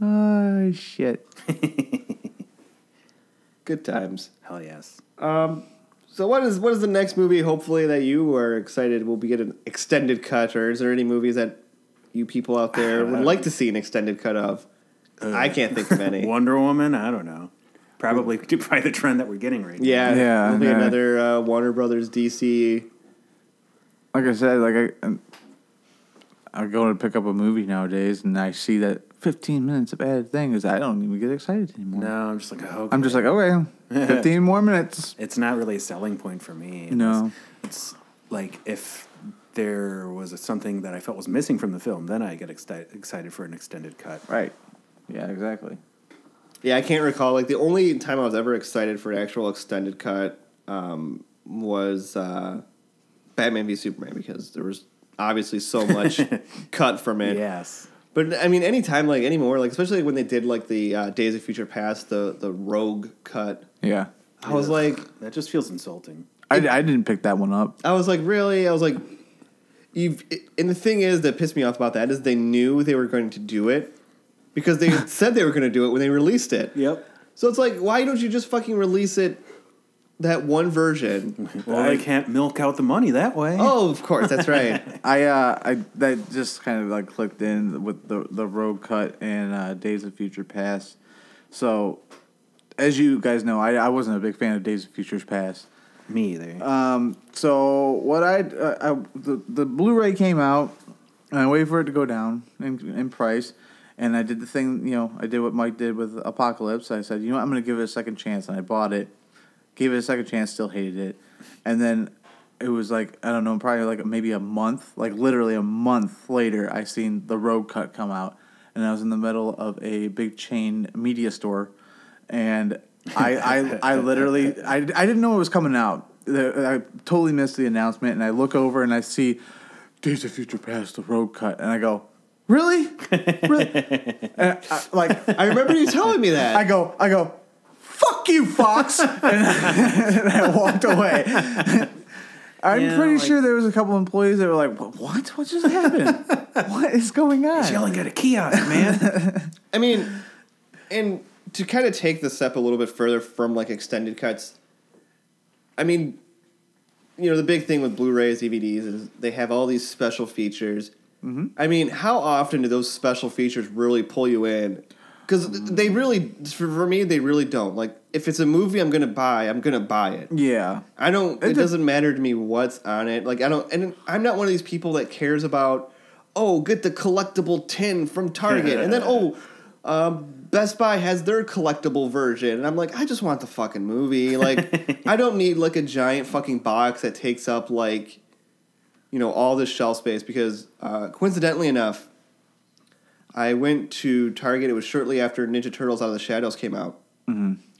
Speaker 3: Oh shit.
Speaker 1: Good times.
Speaker 2: Hell yes.
Speaker 1: So what is what is the next movie? Hopefully that you are excited. Will we get an extended cut, or is there any movies that you people out there would like to see an extended cut of? I can't think of any.
Speaker 2: (laughs) Wonder Woman, I don't know. Probably (laughs) by the trend that we're getting right now.
Speaker 1: Yeah,
Speaker 3: Yeah,
Speaker 1: It'll be
Speaker 3: yeah.
Speaker 1: another uh, Warner Brothers DC.
Speaker 3: Like I said, like I um, I go to pick up a movie nowadays and I see that 15 minutes of added thing is I don't even get excited anymore.
Speaker 2: No, I'm just like, oh,
Speaker 3: I'm just
Speaker 2: (laughs)
Speaker 3: like, okay, 15 more minutes.
Speaker 2: it's not really a selling point for me. It's-
Speaker 3: No.
Speaker 2: It's like if there was something that I felt was missing from the film, then I get exci- excited for an extended cut.
Speaker 3: Right. Yeah, exactly.
Speaker 1: Yeah, I can't recall. Like the only time I was ever excited for an actual extended cut um, was uh, Batman v Superman because there was obviously so much cut from it.
Speaker 2: Yes.
Speaker 1: But I mean, anytime like anymore, like especially when they did like the uh, Days of Future Past, the the Rogue cut.
Speaker 3: Yeah.
Speaker 1: I was like,
Speaker 2: That just feels insulting.
Speaker 3: I, I didn't pick that one up.
Speaker 1: I was like, really? I was like, you've. And the thing is that pissed me off about that is they knew they were going to do it because they said they were going to do it when they released it.
Speaker 2: Yep.
Speaker 1: So it's like, why don't you just fucking release it that one version?
Speaker 2: (laughs) Well, they can't milk out the money that way.
Speaker 1: oh, of course, that's right.
Speaker 3: I uh I that just kind of like clicked in with the the road cut and uh, Days of Future Past. So, as you guys know, I, I wasn't a big fan of Days of Futures Past.
Speaker 2: Me either.
Speaker 1: Uh,
Speaker 3: Um, so what I, uh, I the, the Blu-ray came out, and I waited for it to go down in, in price, and I did the thing. You know, I did what Mike did with Apocalypse. I said, you know, what, I'm gonna give it a second chance, and I bought it, gave it a second chance, still hated it, and then it was like I don't know, probably like maybe a month, like literally a month later, I seen the road cut come out, and I was in the middle of a big chain media store, and I I, I literally I, I didn't know it was coming out. The- I totally missed the announcement, and I look over and I see Days of Future Past, the road cut, and I go, really,
Speaker 2: (laughs)
Speaker 3: really, and I, like
Speaker 1: I remember you telling me that.
Speaker 3: I go, I go, fuck you, Fox, (laughs) and, and I walked away. (laughs) I'm
Speaker 2: Yeah,
Speaker 3: pretty
Speaker 2: like-
Speaker 3: sure there was a couple employees that were like, "Wha- "What? What
Speaker 2: (laughs)
Speaker 3: just happened? what is going on?"
Speaker 2: Yelling at
Speaker 1: (laughs)
Speaker 2: a kiosk, man.
Speaker 1: I mean, and to kind of take this step a little bit further from like extended cuts, I mean, you know, the big thing with Blu-rays, DVDs is they have all these special features. I mean, how often do those special features really pull you in? Because they really, for, for me, they really don't. Like, if it's a movie I'm gonna buy, I'm gonna buy it.
Speaker 3: Yeah,
Speaker 1: I don't. It,
Speaker 3: It de-
Speaker 1: doesn't matter to me what's on it. Like I don't, and I'm not one of these people that cares about. Oh, get the collectible tin from Target, and then oh, um, Best Buy has their collectible version, and I'm like, I just want the fucking movie. Like I don't need like a giant fucking box that takes up like, you know, all this shelf space. Because uh, coincidentally enough, I went to Target. It was shortly after Ninja Turtles Out of the Shadows came out.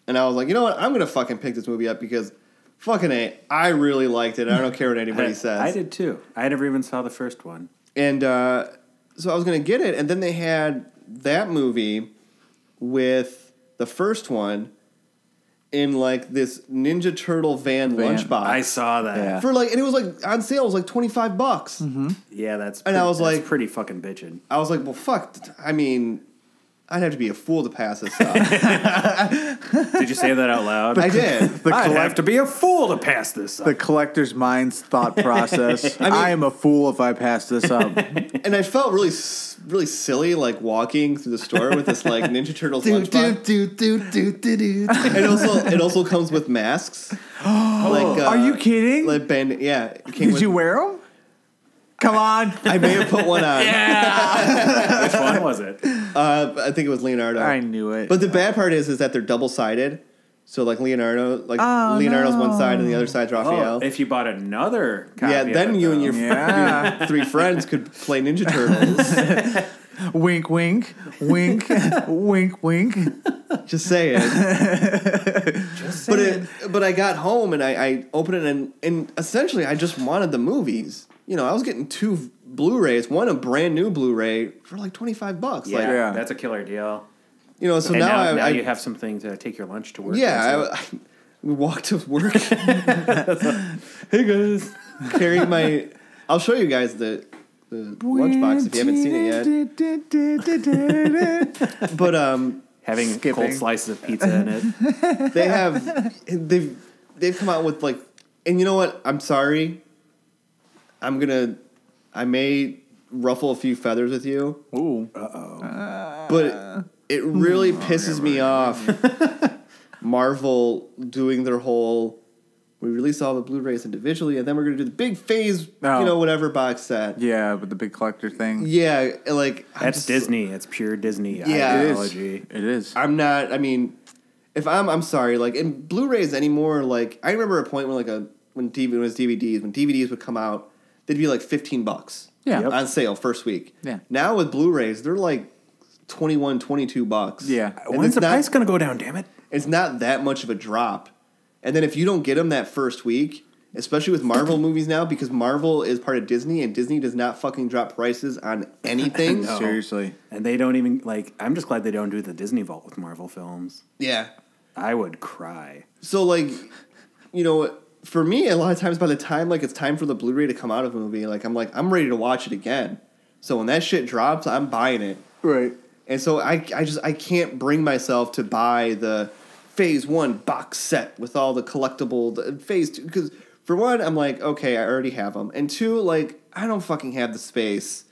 Speaker 1: And I was like, you know what? I'm gonna fucking pick this movie up because
Speaker 2: (laughs)
Speaker 1: fucking a, I really liked it. I don't care what anybody says.
Speaker 2: I did too. I never even saw the first one.
Speaker 1: and uh, so I was gonna get it, and then they had that movie with the first one in like this Ninja Turtle van,
Speaker 3: Van.
Speaker 1: lunchbox
Speaker 2: I saw that.
Speaker 3: Yeah.
Speaker 1: for like, and it was like on sale it was like twenty five bucks.
Speaker 3: Mm-hmm.
Speaker 2: Yeah, that's
Speaker 1: And I
Speaker 2: pretty-
Speaker 1: was
Speaker 2: that's
Speaker 1: like-
Speaker 2: pretty fucking bitching.
Speaker 1: I was like, well, fuck. I mean, I'd have to be a fool to pass this up.
Speaker 2: Did you say that
Speaker 1: (laughs)
Speaker 2: out loud?
Speaker 1: I did.
Speaker 3: (laughs) The
Speaker 2: I'd
Speaker 3: collect-
Speaker 2: have to be a fool to pass this up.
Speaker 3: the collector's
Speaker 1: (laughs)
Speaker 3: mind's thought process. I, am a fool if I pass this up.
Speaker 1: Uh, and I felt really, s- really silly, like walking through the store with this like Ninja Turtles lunchbox.
Speaker 3: do do do do do.
Speaker 1: And it also, it also comes with
Speaker 3: (gasps)
Speaker 1: masks. like, uh,
Speaker 3: Are you kidding?
Speaker 1: Like band- yeah. it came
Speaker 3: Did
Speaker 1: with-
Speaker 3: you wear them? Come on.
Speaker 1: I may have put
Speaker 3: (laughs)
Speaker 1: one on.
Speaker 2: Which one was it?
Speaker 1: uh, I think it was Leonardo.
Speaker 3: I knew it.
Speaker 1: But the bad part is, is that they're double sided. So like Leonardo, like
Speaker 3: Oh,
Speaker 1: Leonardo's one side and the other side's
Speaker 2: Oh,
Speaker 1: Raphael.
Speaker 2: if you bought another copy.
Speaker 1: yeah,
Speaker 2: of
Speaker 1: then
Speaker 2: it,
Speaker 1: you and
Speaker 2: though.
Speaker 1: your
Speaker 2: (laughs)
Speaker 3: yeah.
Speaker 1: three friends could play Ninja
Speaker 3: (laughs)
Speaker 1: Turtles.
Speaker 3: wink, wink,
Speaker 1: (laughs)
Speaker 3: wink, wink, wink.
Speaker 1: Just saying. but it, but I got home and I, I opened it and and essentially I just wanted the movies. You know, I was getting two Blu-rays, one a brand new Blu-ray for like twenty five bucks.
Speaker 2: Yeah,
Speaker 1: Like
Speaker 3: Yeah.
Speaker 2: that's a killer deal.
Speaker 1: you know, so
Speaker 2: And
Speaker 1: now,
Speaker 2: now, now,
Speaker 1: I, I,
Speaker 2: you have something to take your lunch to work.
Speaker 1: yeah,
Speaker 2: with,
Speaker 1: I, (laughs) I walked to work (laughs)
Speaker 2: so- hey guys.
Speaker 1: carrying my. I'll show you guys the the lunchbox if you haven't seen it yet.
Speaker 3: it yet.
Speaker 1: But um,
Speaker 2: Having
Speaker 3: Skipping.
Speaker 2: cold slices of pizza in it.
Speaker 1: (laughs) they have they've they've come out with like, and you know what? I'm sorry. I'm gonna, I may ruffle a few feathers with you.
Speaker 3: Ooh. Oh,
Speaker 1: but it really pisses me off marvel doing their whole we release all the blu-rays individually and then we're going to do the big phase
Speaker 3: Oh.
Speaker 1: you know whatever box set
Speaker 3: (laughs) Yeah, but the big collector thing.
Speaker 1: yeah, like I'm
Speaker 2: That's
Speaker 1: just-
Speaker 2: Disney. It's pure Disney
Speaker 1: Yeah. It is.
Speaker 2: ideology.
Speaker 3: It is.
Speaker 1: i'm not i mean if i'm i'm sorry like in blu-rays anymore like i remember a point when like a when dvd when it was dvds when dvds would come out they'd be like 15 bucks
Speaker 3: Yeah. Yep.
Speaker 1: on sale first week
Speaker 3: Yeah.
Speaker 1: now with blu-rays they're like 21 22 bucks
Speaker 3: Yeah.
Speaker 1: And
Speaker 2: When's
Speaker 1: it's
Speaker 2: Uh, the
Speaker 1: not-
Speaker 2: price going to go down? Damn it!
Speaker 1: it's not that much of a drop. And then if you don't get them that first week, especially with
Speaker 3: (laughs)
Speaker 1: Marvel movies now, because Marvel is part of Disney and Disney does not fucking drop prices on
Speaker 3: (laughs)
Speaker 1: anything.
Speaker 2: No.
Speaker 3: Seriously.
Speaker 2: And they don't even like. I'm just glad they don't do the Disney Vault with Marvel films.
Speaker 1: Yeah.
Speaker 2: I would cry.
Speaker 1: So like, you know, for me, a lot of times by the time like it's time for the Blu-ray to come out of a movie, like I'm like I'm ready to watch it again. So when that shit drops, I'm buying it.
Speaker 3: Right.
Speaker 1: And so I, I just I can't bring myself to buy the phase one box set with all the collectible the phase two because for one I'm like okay I already have them and two like I don't fucking have the space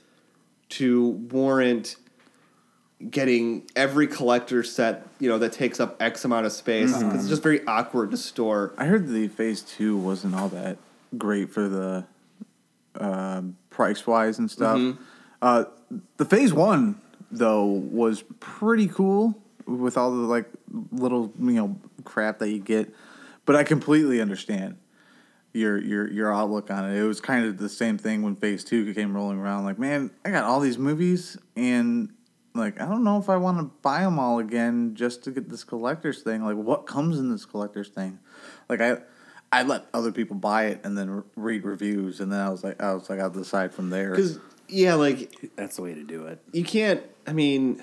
Speaker 1: to warrant getting every collector set you know that takes up X amount of space 'cause it's just very awkward to store.
Speaker 3: I heard the phase two wasn't all that great for the um price wise and stuff. Uh, the phase one though was pretty cool with all the like little you know crap that you get, but I completely understand your your your outlook on it. It was kind of the same thing when phase two came rolling around. Like, man, I got all these movies and. Like I don't know if I want to buy them all again just to get this collector's thing. Like, what comes in this collector's thing? Like I, I let other people buy it and then re- read reviews, and then I was like, I was like, I'll decide from there.
Speaker 1: Because yeah, like
Speaker 2: That's the way to do it.
Speaker 1: you can't i mean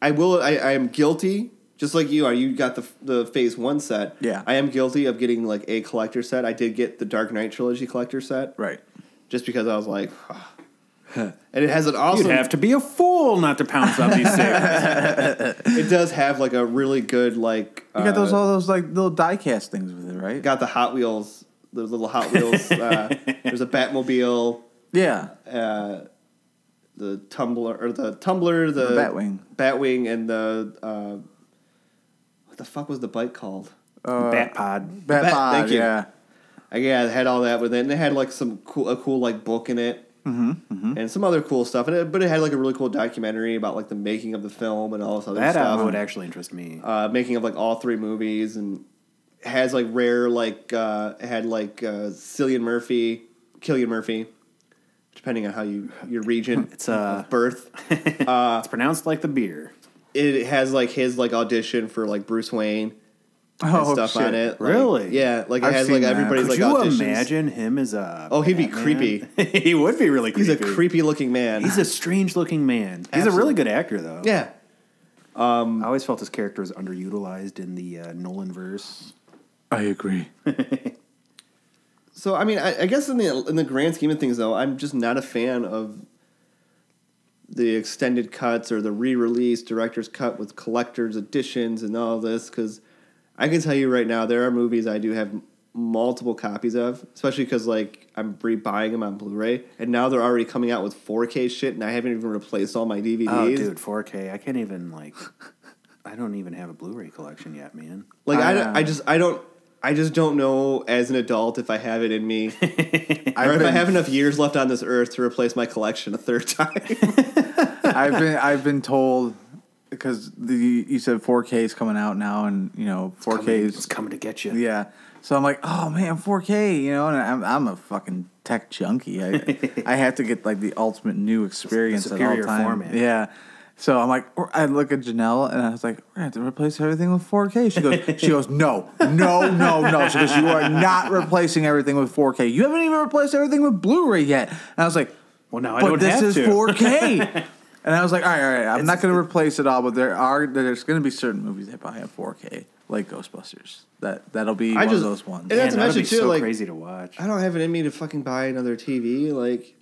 Speaker 1: i will i, I am guilty just like you are you got the, the phase one set
Speaker 3: Yeah.
Speaker 1: i am guilty of getting like a collector set i did get the dark knight trilogy collector set
Speaker 3: Right.
Speaker 1: just because i was
Speaker 3: (laughs)
Speaker 1: like (sighs) and it has an
Speaker 2: You'd
Speaker 1: awesome
Speaker 2: have to be a fool not to pounce on these
Speaker 1: (laughs)
Speaker 2: things.
Speaker 1: it does have like a really good like
Speaker 3: You got those
Speaker 1: uh,
Speaker 3: all those like little diecast things with it, right?
Speaker 1: got the hot wheels the little hot wheels
Speaker 3: (laughs)
Speaker 1: uh, there's a batmobile
Speaker 3: yeah.
Speaker 1: uh, the tumbler or the tumbler the,
Speaker 3: Batwing.
Speaker 1: batwing and the uh, what the fuck was the bike called
Speaker 2: Bat pod.
Speaker 3: Bat,
Speaker 1: Bat-
Speaker 3: Pod,
Speaker 1: thank you.
Speaker 3: Yeah.
Speaker 1: I yeah, it had all that with it, and it had like some cool, a cool like book in it,
Speaker 2: Mm-hmm,
Speaker 1: and some other cool stuff. And it, but it had like a really cool documentary about like the making of the film and all this other
Speaker 2: That
Speaker 1: stuff.
Speaker 2: uh, would actually interest me.
Speaker 1: uh, making of like all three movies, and it has like rare like uh, it had like uh, Cillian Murphy, Killian Murphy, depending on how you your region
Speaker 2: (laughs) It's, uh,
Speaker 1: of birth.
Speaker 2: it's pronounced like the beer.
Speaker 1: It has like his like audition for like Bruce Wayne. and
Speaker 3: Oh,
Speaker 1: stuff
Speaker 3: shit.
Speaker 1: on it. Like,
Speaker 2: Really?
Speaker 1: Yeah, like it
Speaker 3: I've
Speaker 1: has like
Speaker 3: seen that.
Speaker 1: everybody's
Speaker 2: Could
Speaker 1: like
Speaker 2: you
Speaker 1: auditions.
Speaker 2: imagine him as a?
Speaker 1: Oh, he'd be
Speaker 2: Batman? (laughs) he would be really
Speaker 1: He's
Speaker 2: creepy.
Speaker 1: a creepy looking man.
Speaker 2: He's a strange looking man. He's a really good actor though.
Speaker 1: yeah.
Speaker 2: I always felt his character was underutilized in the uh, Nolan verse.
Speaker 3: I agree.
Speaker 1: So I mean, I, I guess in the in the grand scheme of things, though, I'm just not a fan of the extended cuts or the re-release director's cut with collectors editions and all this because I can tell you right now there are movies I do have m- multiple copies of, especially because like I'm rebuying them on Blu-ray and now they're already coming out with 4K shit and I haven't even replaced all my DVDs.
Speaker 2: Oh, dude, 4K. I can't even like. I don't even have a Blu-ray collection yet, man.
Speaker 1: Like I,
Speaker 3: Ah.
Speaker 1: I just I don't I just don't know as an adult if I have it in
Speaker 3: (laughs)
Speaker 1: me or if I have enough years left on this earth to replace my collection a third
Speaker 3: (laughs)
Speaker 1: time.
Speaker 3: I've been I've been told because the you said 4K is coming out now, and you know 4K
Speaker 2: Coming-
Speaker 3: is
Speaker 2: it's coming to get you.
Speaker 3: yeah. So I'm like, oh man, 4K, you know, and I'm I'm a fucking tech junkie. I I have to get like the
Speaker 2: (laughs)
Speaker 3: ultimate new experience at all
Speaker 2: superior
Speaker 3: time.
Speaker 2: format.
Speaker 3: Yeah. So I'm like, I look at Janelle and I was like, we're gonna have to replace everything with 4K.
Speaker 2: (laughs)
Speaker 3: She goes, she goes, no, no, no, no. She goes, you are not replacing everything with 4K. You haven't even replaced everything with Blu-ray yet. And I was like,
Speaker 2: Well, now I
Speaker 3: but
Speaker 2: don't
Speaker 3: this
Speaker 2: have
Speaker 3: is
Speaker 2: to.
Speaker 3: (laughs) 4K. and I was like, all right, all right, I'm not going to replace it all, but there are there's going to be certain movies that buy in 4K, like Ghostbusters. That that'll be
Speaker 1: I
Speaker 3: one
Speaker 1: just-
Speaker 3: of those ones,
Speaker 1: and
Speaker 2: Man,
Speaker 1: Not to
Speaker 2: that'd
Speaker 1: mention,
Speaker 2: be
Speaker 1: too,
Speaker 2: so
Speaker 1: like-
Speaker 2: crazy to watch.
Speaker 1: I don't have it in me to fucking buy another TV. Like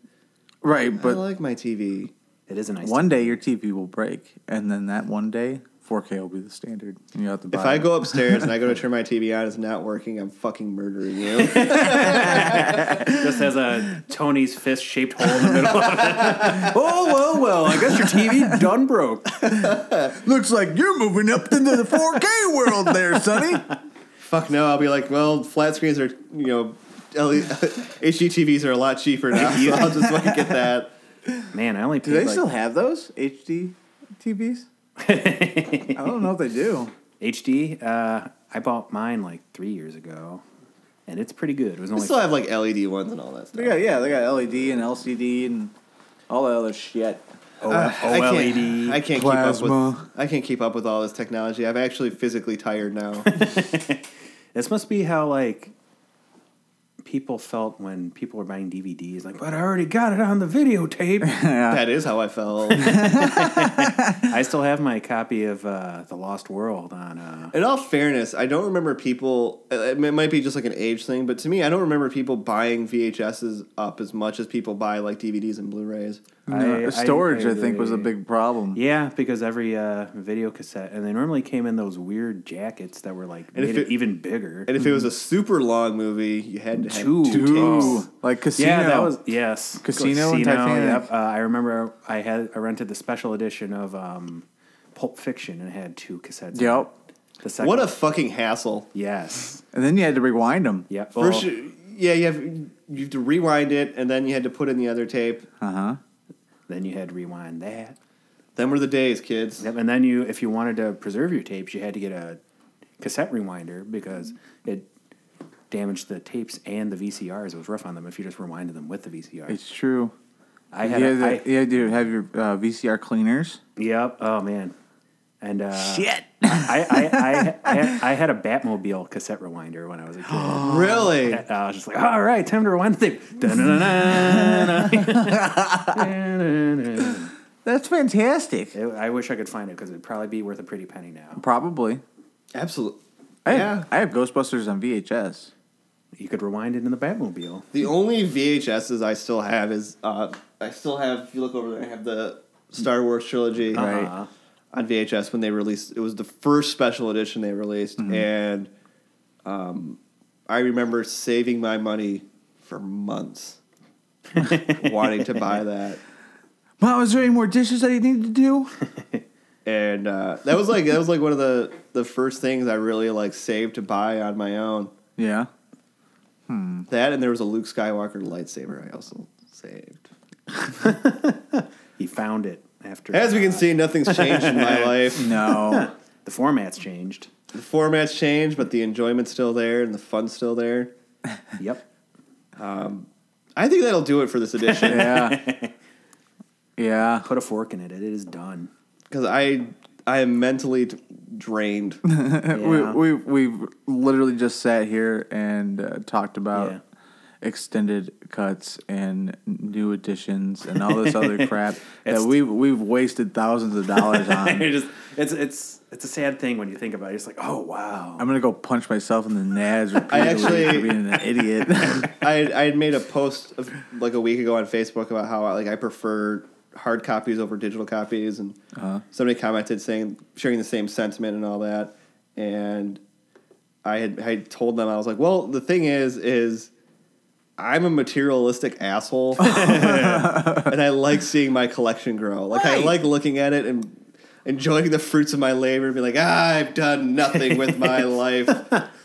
Speaker 3: right?
Speaker 1: I
Speaker 3: But
Speaker 1: like my TV.
Speaker 2: It is a nice
Speaker 3: one day your TV will break, and then that one day 4K will be the standard, and you have to buy.
Speaker 1: If I
Speaker 3: it.
Speaker 1: go upstairs and I
Speaker 3: (laughs)
Speaker 1: go to turn my TV on, it's not working. I'm fucking murdering you.
Speaker 2: just has (laughs) a Tony's fist shaped hole in the middle of it. (laughs) oh well, well. I guess your TV done broke.
Speaker 3: looks like you're moving up into the (laughs) 4K world, there, Sonny.
Speaker 1: Fuck no! I'll be like, well, flat screens are you know, E (laughs) LE HDTVs are a lot cheaper now.
Speaker 3: (laughs)
Speaker 1: So I'll just fucking get that.
Speaker 2: Man, I only
Speaker 3: Do they
Speaker 2: paid like
Speaker 3: still have those HD TVs? I don't know if they do.
Speaker 2: (laughs) HD. Uh, I bought mine like three years ago, and it's pretty good. It was
Speaker 1: They
Speaker 2: only
Speaker 1: still have like LED ones and all that stuff.
Speaker 3: They got (laughs) yeah, they got LED and LCD and all that other (laughs) shit.
Speaker 2: O-
Speaker 3: uh,
Speaker 2: E
Speaker 1: I
Speaker 2: OLED.
Speaker 1: can't, I can't keep
Speaker 3: Plasma.
Speaker 1: up with. I can't keep up with all this technology. I'm actually physically tired now. (laughs)
Speaker 2: This must be how like people felt when people were buying DVDs. Like, but I already got it on the
Speaker 3: (laughs)
Speaker 2: videotape.
Speaker 1: that is how I
Speaker 2: (laughs)
Speaker 1: felt.
Speaker 2: I still have my copy of uh, The Lost World on. Uh,
Speaker 1: In all fairness, I don't remember people. It it might be just like an age thing, but to me, I don't remember people buying VHSs up as much as people buy like DVDs and Blu-rays.
Speaker 2: I- I-
Speaker 3: uh, storage, I, think, was a
Speaker 2: agree.
Speaker 3: big problem.
Speaker 2: Yeah, because every uh, video cassette, and they normally came in those weird jackets that were like
Speaker 1: And if
Speaker 2: made it
Speaker 1: it-
Speaker 2: even bigger.
Speaker 1: And if it was a super long movie, you had to have
Speaker 2: Mm-hmm. Two.
Speaker 1: two.
Speaker 3: Ooh,
Speaker 1: tapes.
Speaker 3: like casino.
Speaker 2: yeah, that was yes,
Speaker 3: Casino and Titanic.
Speaker 2: yep. Uh, I remember I had I rented the special edition of um, Pulp Fiction and it had two cassettes. in
Speaker 3: Yep.
Speaker 2: it. The second
Speaker 1: What a fucking hassle!
Speaker 2: yes.
Speaker 3: And then you had to rewind them.
Speaker 2: Yep. Oh,
Speaker 1: First,
Speaker 2: well,
Speaker 1: you- yeah, you have you have to rewind it, and then you had to put in the other tape.
Speaker 3: Uh huh.
Speaker 2: then you had to rewind that.
Speaker 1: Them were the days, kids.
Speaker 2: Yep, and then you, if you wanted to preserve your tapes, you had to get a cassette rewinder because it damaged the tapes and the VCRs. It was rough on them if you just rewinded them with the VCR.
Speaker 3: It's true.
Speaker 2: I
Speaker 3: You
Speaker 2: had, a, I,
Speaker 3: had, to, you had to have your uh, VCR cleaners.
Speaker 2: yep. Oh man, and uh, shit. I, I, I, I, had, I had a Batmobile cassette rewinder when I was a kid.
Speaker 1: Really? (gasps)
Speaker 2: And I was just like, all right, time to rewind the tape. Dun-dun-dun-dun.
Speaker 3: (laughs) That's fantastic.
Speaker 2: It- I wish I could find it because it'd probably be worth a pretty penny now.
Speaker 3: Probably.
Speaker 1: Absolutely.
Speaker 3: I have,
Speaker 1: Yeah.
Speaker 3: I have Ghostbusters on VHS.
Speaker 2: You could rewind it in the Batmobile.
Speaker 1: The only VHSs I still have is uh, I still have. If you look over there, I have the Star Wars trilogy
Speaker 3: Right.
Speaker 2: Uh-huh.
Speaker 1: on VHS when they released. It was the first special edition they released, and um, I remember saving my money for months, wanting to buy that.
Speaker 3: Mom, is there any more dishes that you need to do?
Speaker 1: And uh, that was like that was like one of the the first things I really like saved to buy on my own.
Speaker 3: yeah.
Speaker 1: That and there was a Luke Skywalker lightsaber I also saved.
Speaker 2: He found it after.
Speaker 1: As we can
Speaker 2: uh,
Speaker 1: see, nothing's changed in my life.
Speaker 2: (laughs)
Speaker 3: No.
Speaker 2: the format's changed.
Speaker 1: The format's changed, but the enjoyment's still there and the fun's still there.
Speaker 2: Yep.
Speaker 1: I think that'll do it for this
Speaker 3: (laughs)
Speaker 1: edition
Speaker 3: yeah. Yeah.
Speaker 1: (laughs)
Speaker 2: Put a fork in it. It is done.
Speaker 1: because I I am mentally d- drained.
Speaker 2: Yeah.
Speaker 3: We, we, we've literally just sat here and uh, talked about
Speaker 2: Yeah.
Speaker 3: extended cuts and new additions and all this (laughs) other crap that
Speaker 2: It's-
Speaker 3: we, we've wasted thousands of dollars on.
Speaker 2: (laughs)
Speaker 3: (laughs)
Speaker 2: It just- it's it's it's a sad thing when you think about it. It's like, oh wow.
Speaker 3: I'm going to go punch myself in the nads repeatedly
Speaker 1: actually-
Speaker 3: for being an idiot. (laughs)
Speaker 1: I had, I had made a post of, like a week ago on Facebook about how like I prefer hard copies over digital copies, and somebody commented saying sharing the same sentiment and all that, and I had I had told them I was like, well, the thing is, is I'm a materialistic asshole, and I like seeing my collection grow. Like I
Speaker 3: Right.
Speaker 1: like looking at it and. Enjoying the fruits of my labor, and be like, ah, I've done nothing with my life,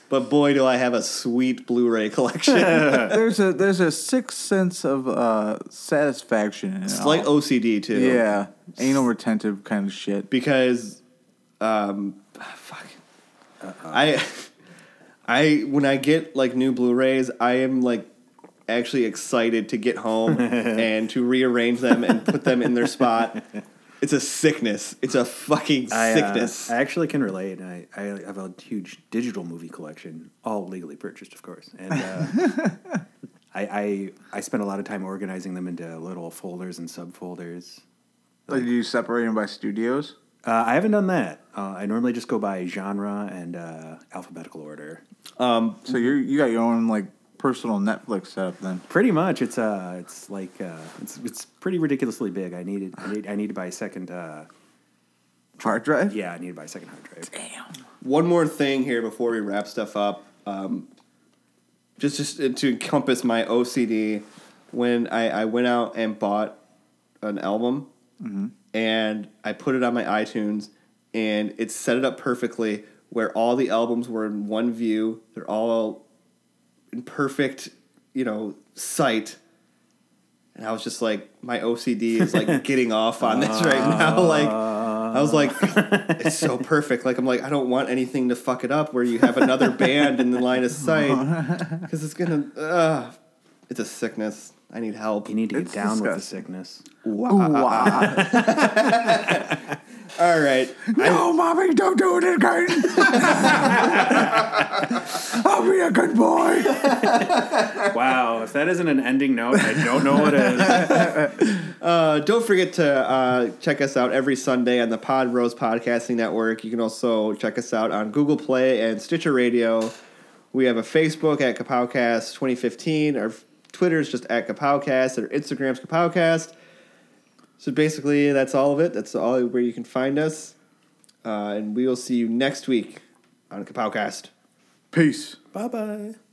Speaker 1: but boy, do I have a sweet Blu-ray collection.
Speaker 3: there's a there's a sixth sense of uh, satisfaction. In it
Speaker 1: slight
Speaker 3: all.
Speaker 1: OCD too.
Speaker 3: yeah, anal retentive kind of shit.
Speaker 1: because, um, fuck, I, (laughs) I when I get like new Blu-rays, I am like actually excited to get
Speaker 2: (laughs)
Speaker 1: home and to rearrange them and put them in their spot. It's a sickness. It's a fucking
Speaker 2: I, uh,
Speaker 1: sickness.
Speaker 2: I actually can relate. I, I have a huge digital movie collection, all legally purchased, of course. And uh, I, I I spend a lot of time organizing them into little folders and subfolders.
Speaker 3: Like you separate them by studios.
Speaker 2: Uh, I haven't done that. Uh, I normally just go by genre and uh, alphabetical order.
Speaker 3: So you you got your own like personal Netflix setup then.
Speaker 2: Pretty much, it's uh, it's like uh, it's it's pretty ridiculously big. I needed I need I need to buy a second. Uh,
Speaker 3: Hard drive.
Speaker 2: yeah, I need to buy a second hard drive.
Speaker 1: One more thing here before we wrap stuff up. Um, just just to encompass my OCD, when I, I went out and bought an album
Speaker 2: Mm-hmm.
Speaker 1: and I put it on my iTunes and it set it up perfectly where all the albums were in one view. They're all in perfect, you know, sight. And I was just like, my OCD is
Speaker 2: (laughs)
Speaker 1: like getting off on this right now. (laughs) Like, I was like, it's so perfect. Like, I'm like, I don't want anything to fuck it up where you have another band in the line of sight
Speaker 2: (laughs)
Speaker 1: because it's gonna, uh, it's a sickness. I need help.
Speaker 2: You need to get
Speaker 3: It's
Speaker 2: down with the
Speaker 3: disgusting.
Speaker 2: sickness.
Speaker 3: Wow.
Speaker 1: All right.
Speaker 3: no, mommy, don't do it again. I'll be a good boy.
Speaker 2: wow, if that isn't an ending note, I don't know what is.
Speaker 1: Uh, don't forget to uh, check us out every Sunday on the Pod Rose Podcasting Network. You can also check us out on Google Play and Stitcher Radio. We have a Facebook at Kapowcast 2015. Our Twitter is just at Kapowcast. Our Instagram's Kapowcast. So basically, that's all of it. That's all where you can find us. Uh, and we will see you next week on Kapowcast.
Speaker 3: Peace.
Speaker 2: bye bye.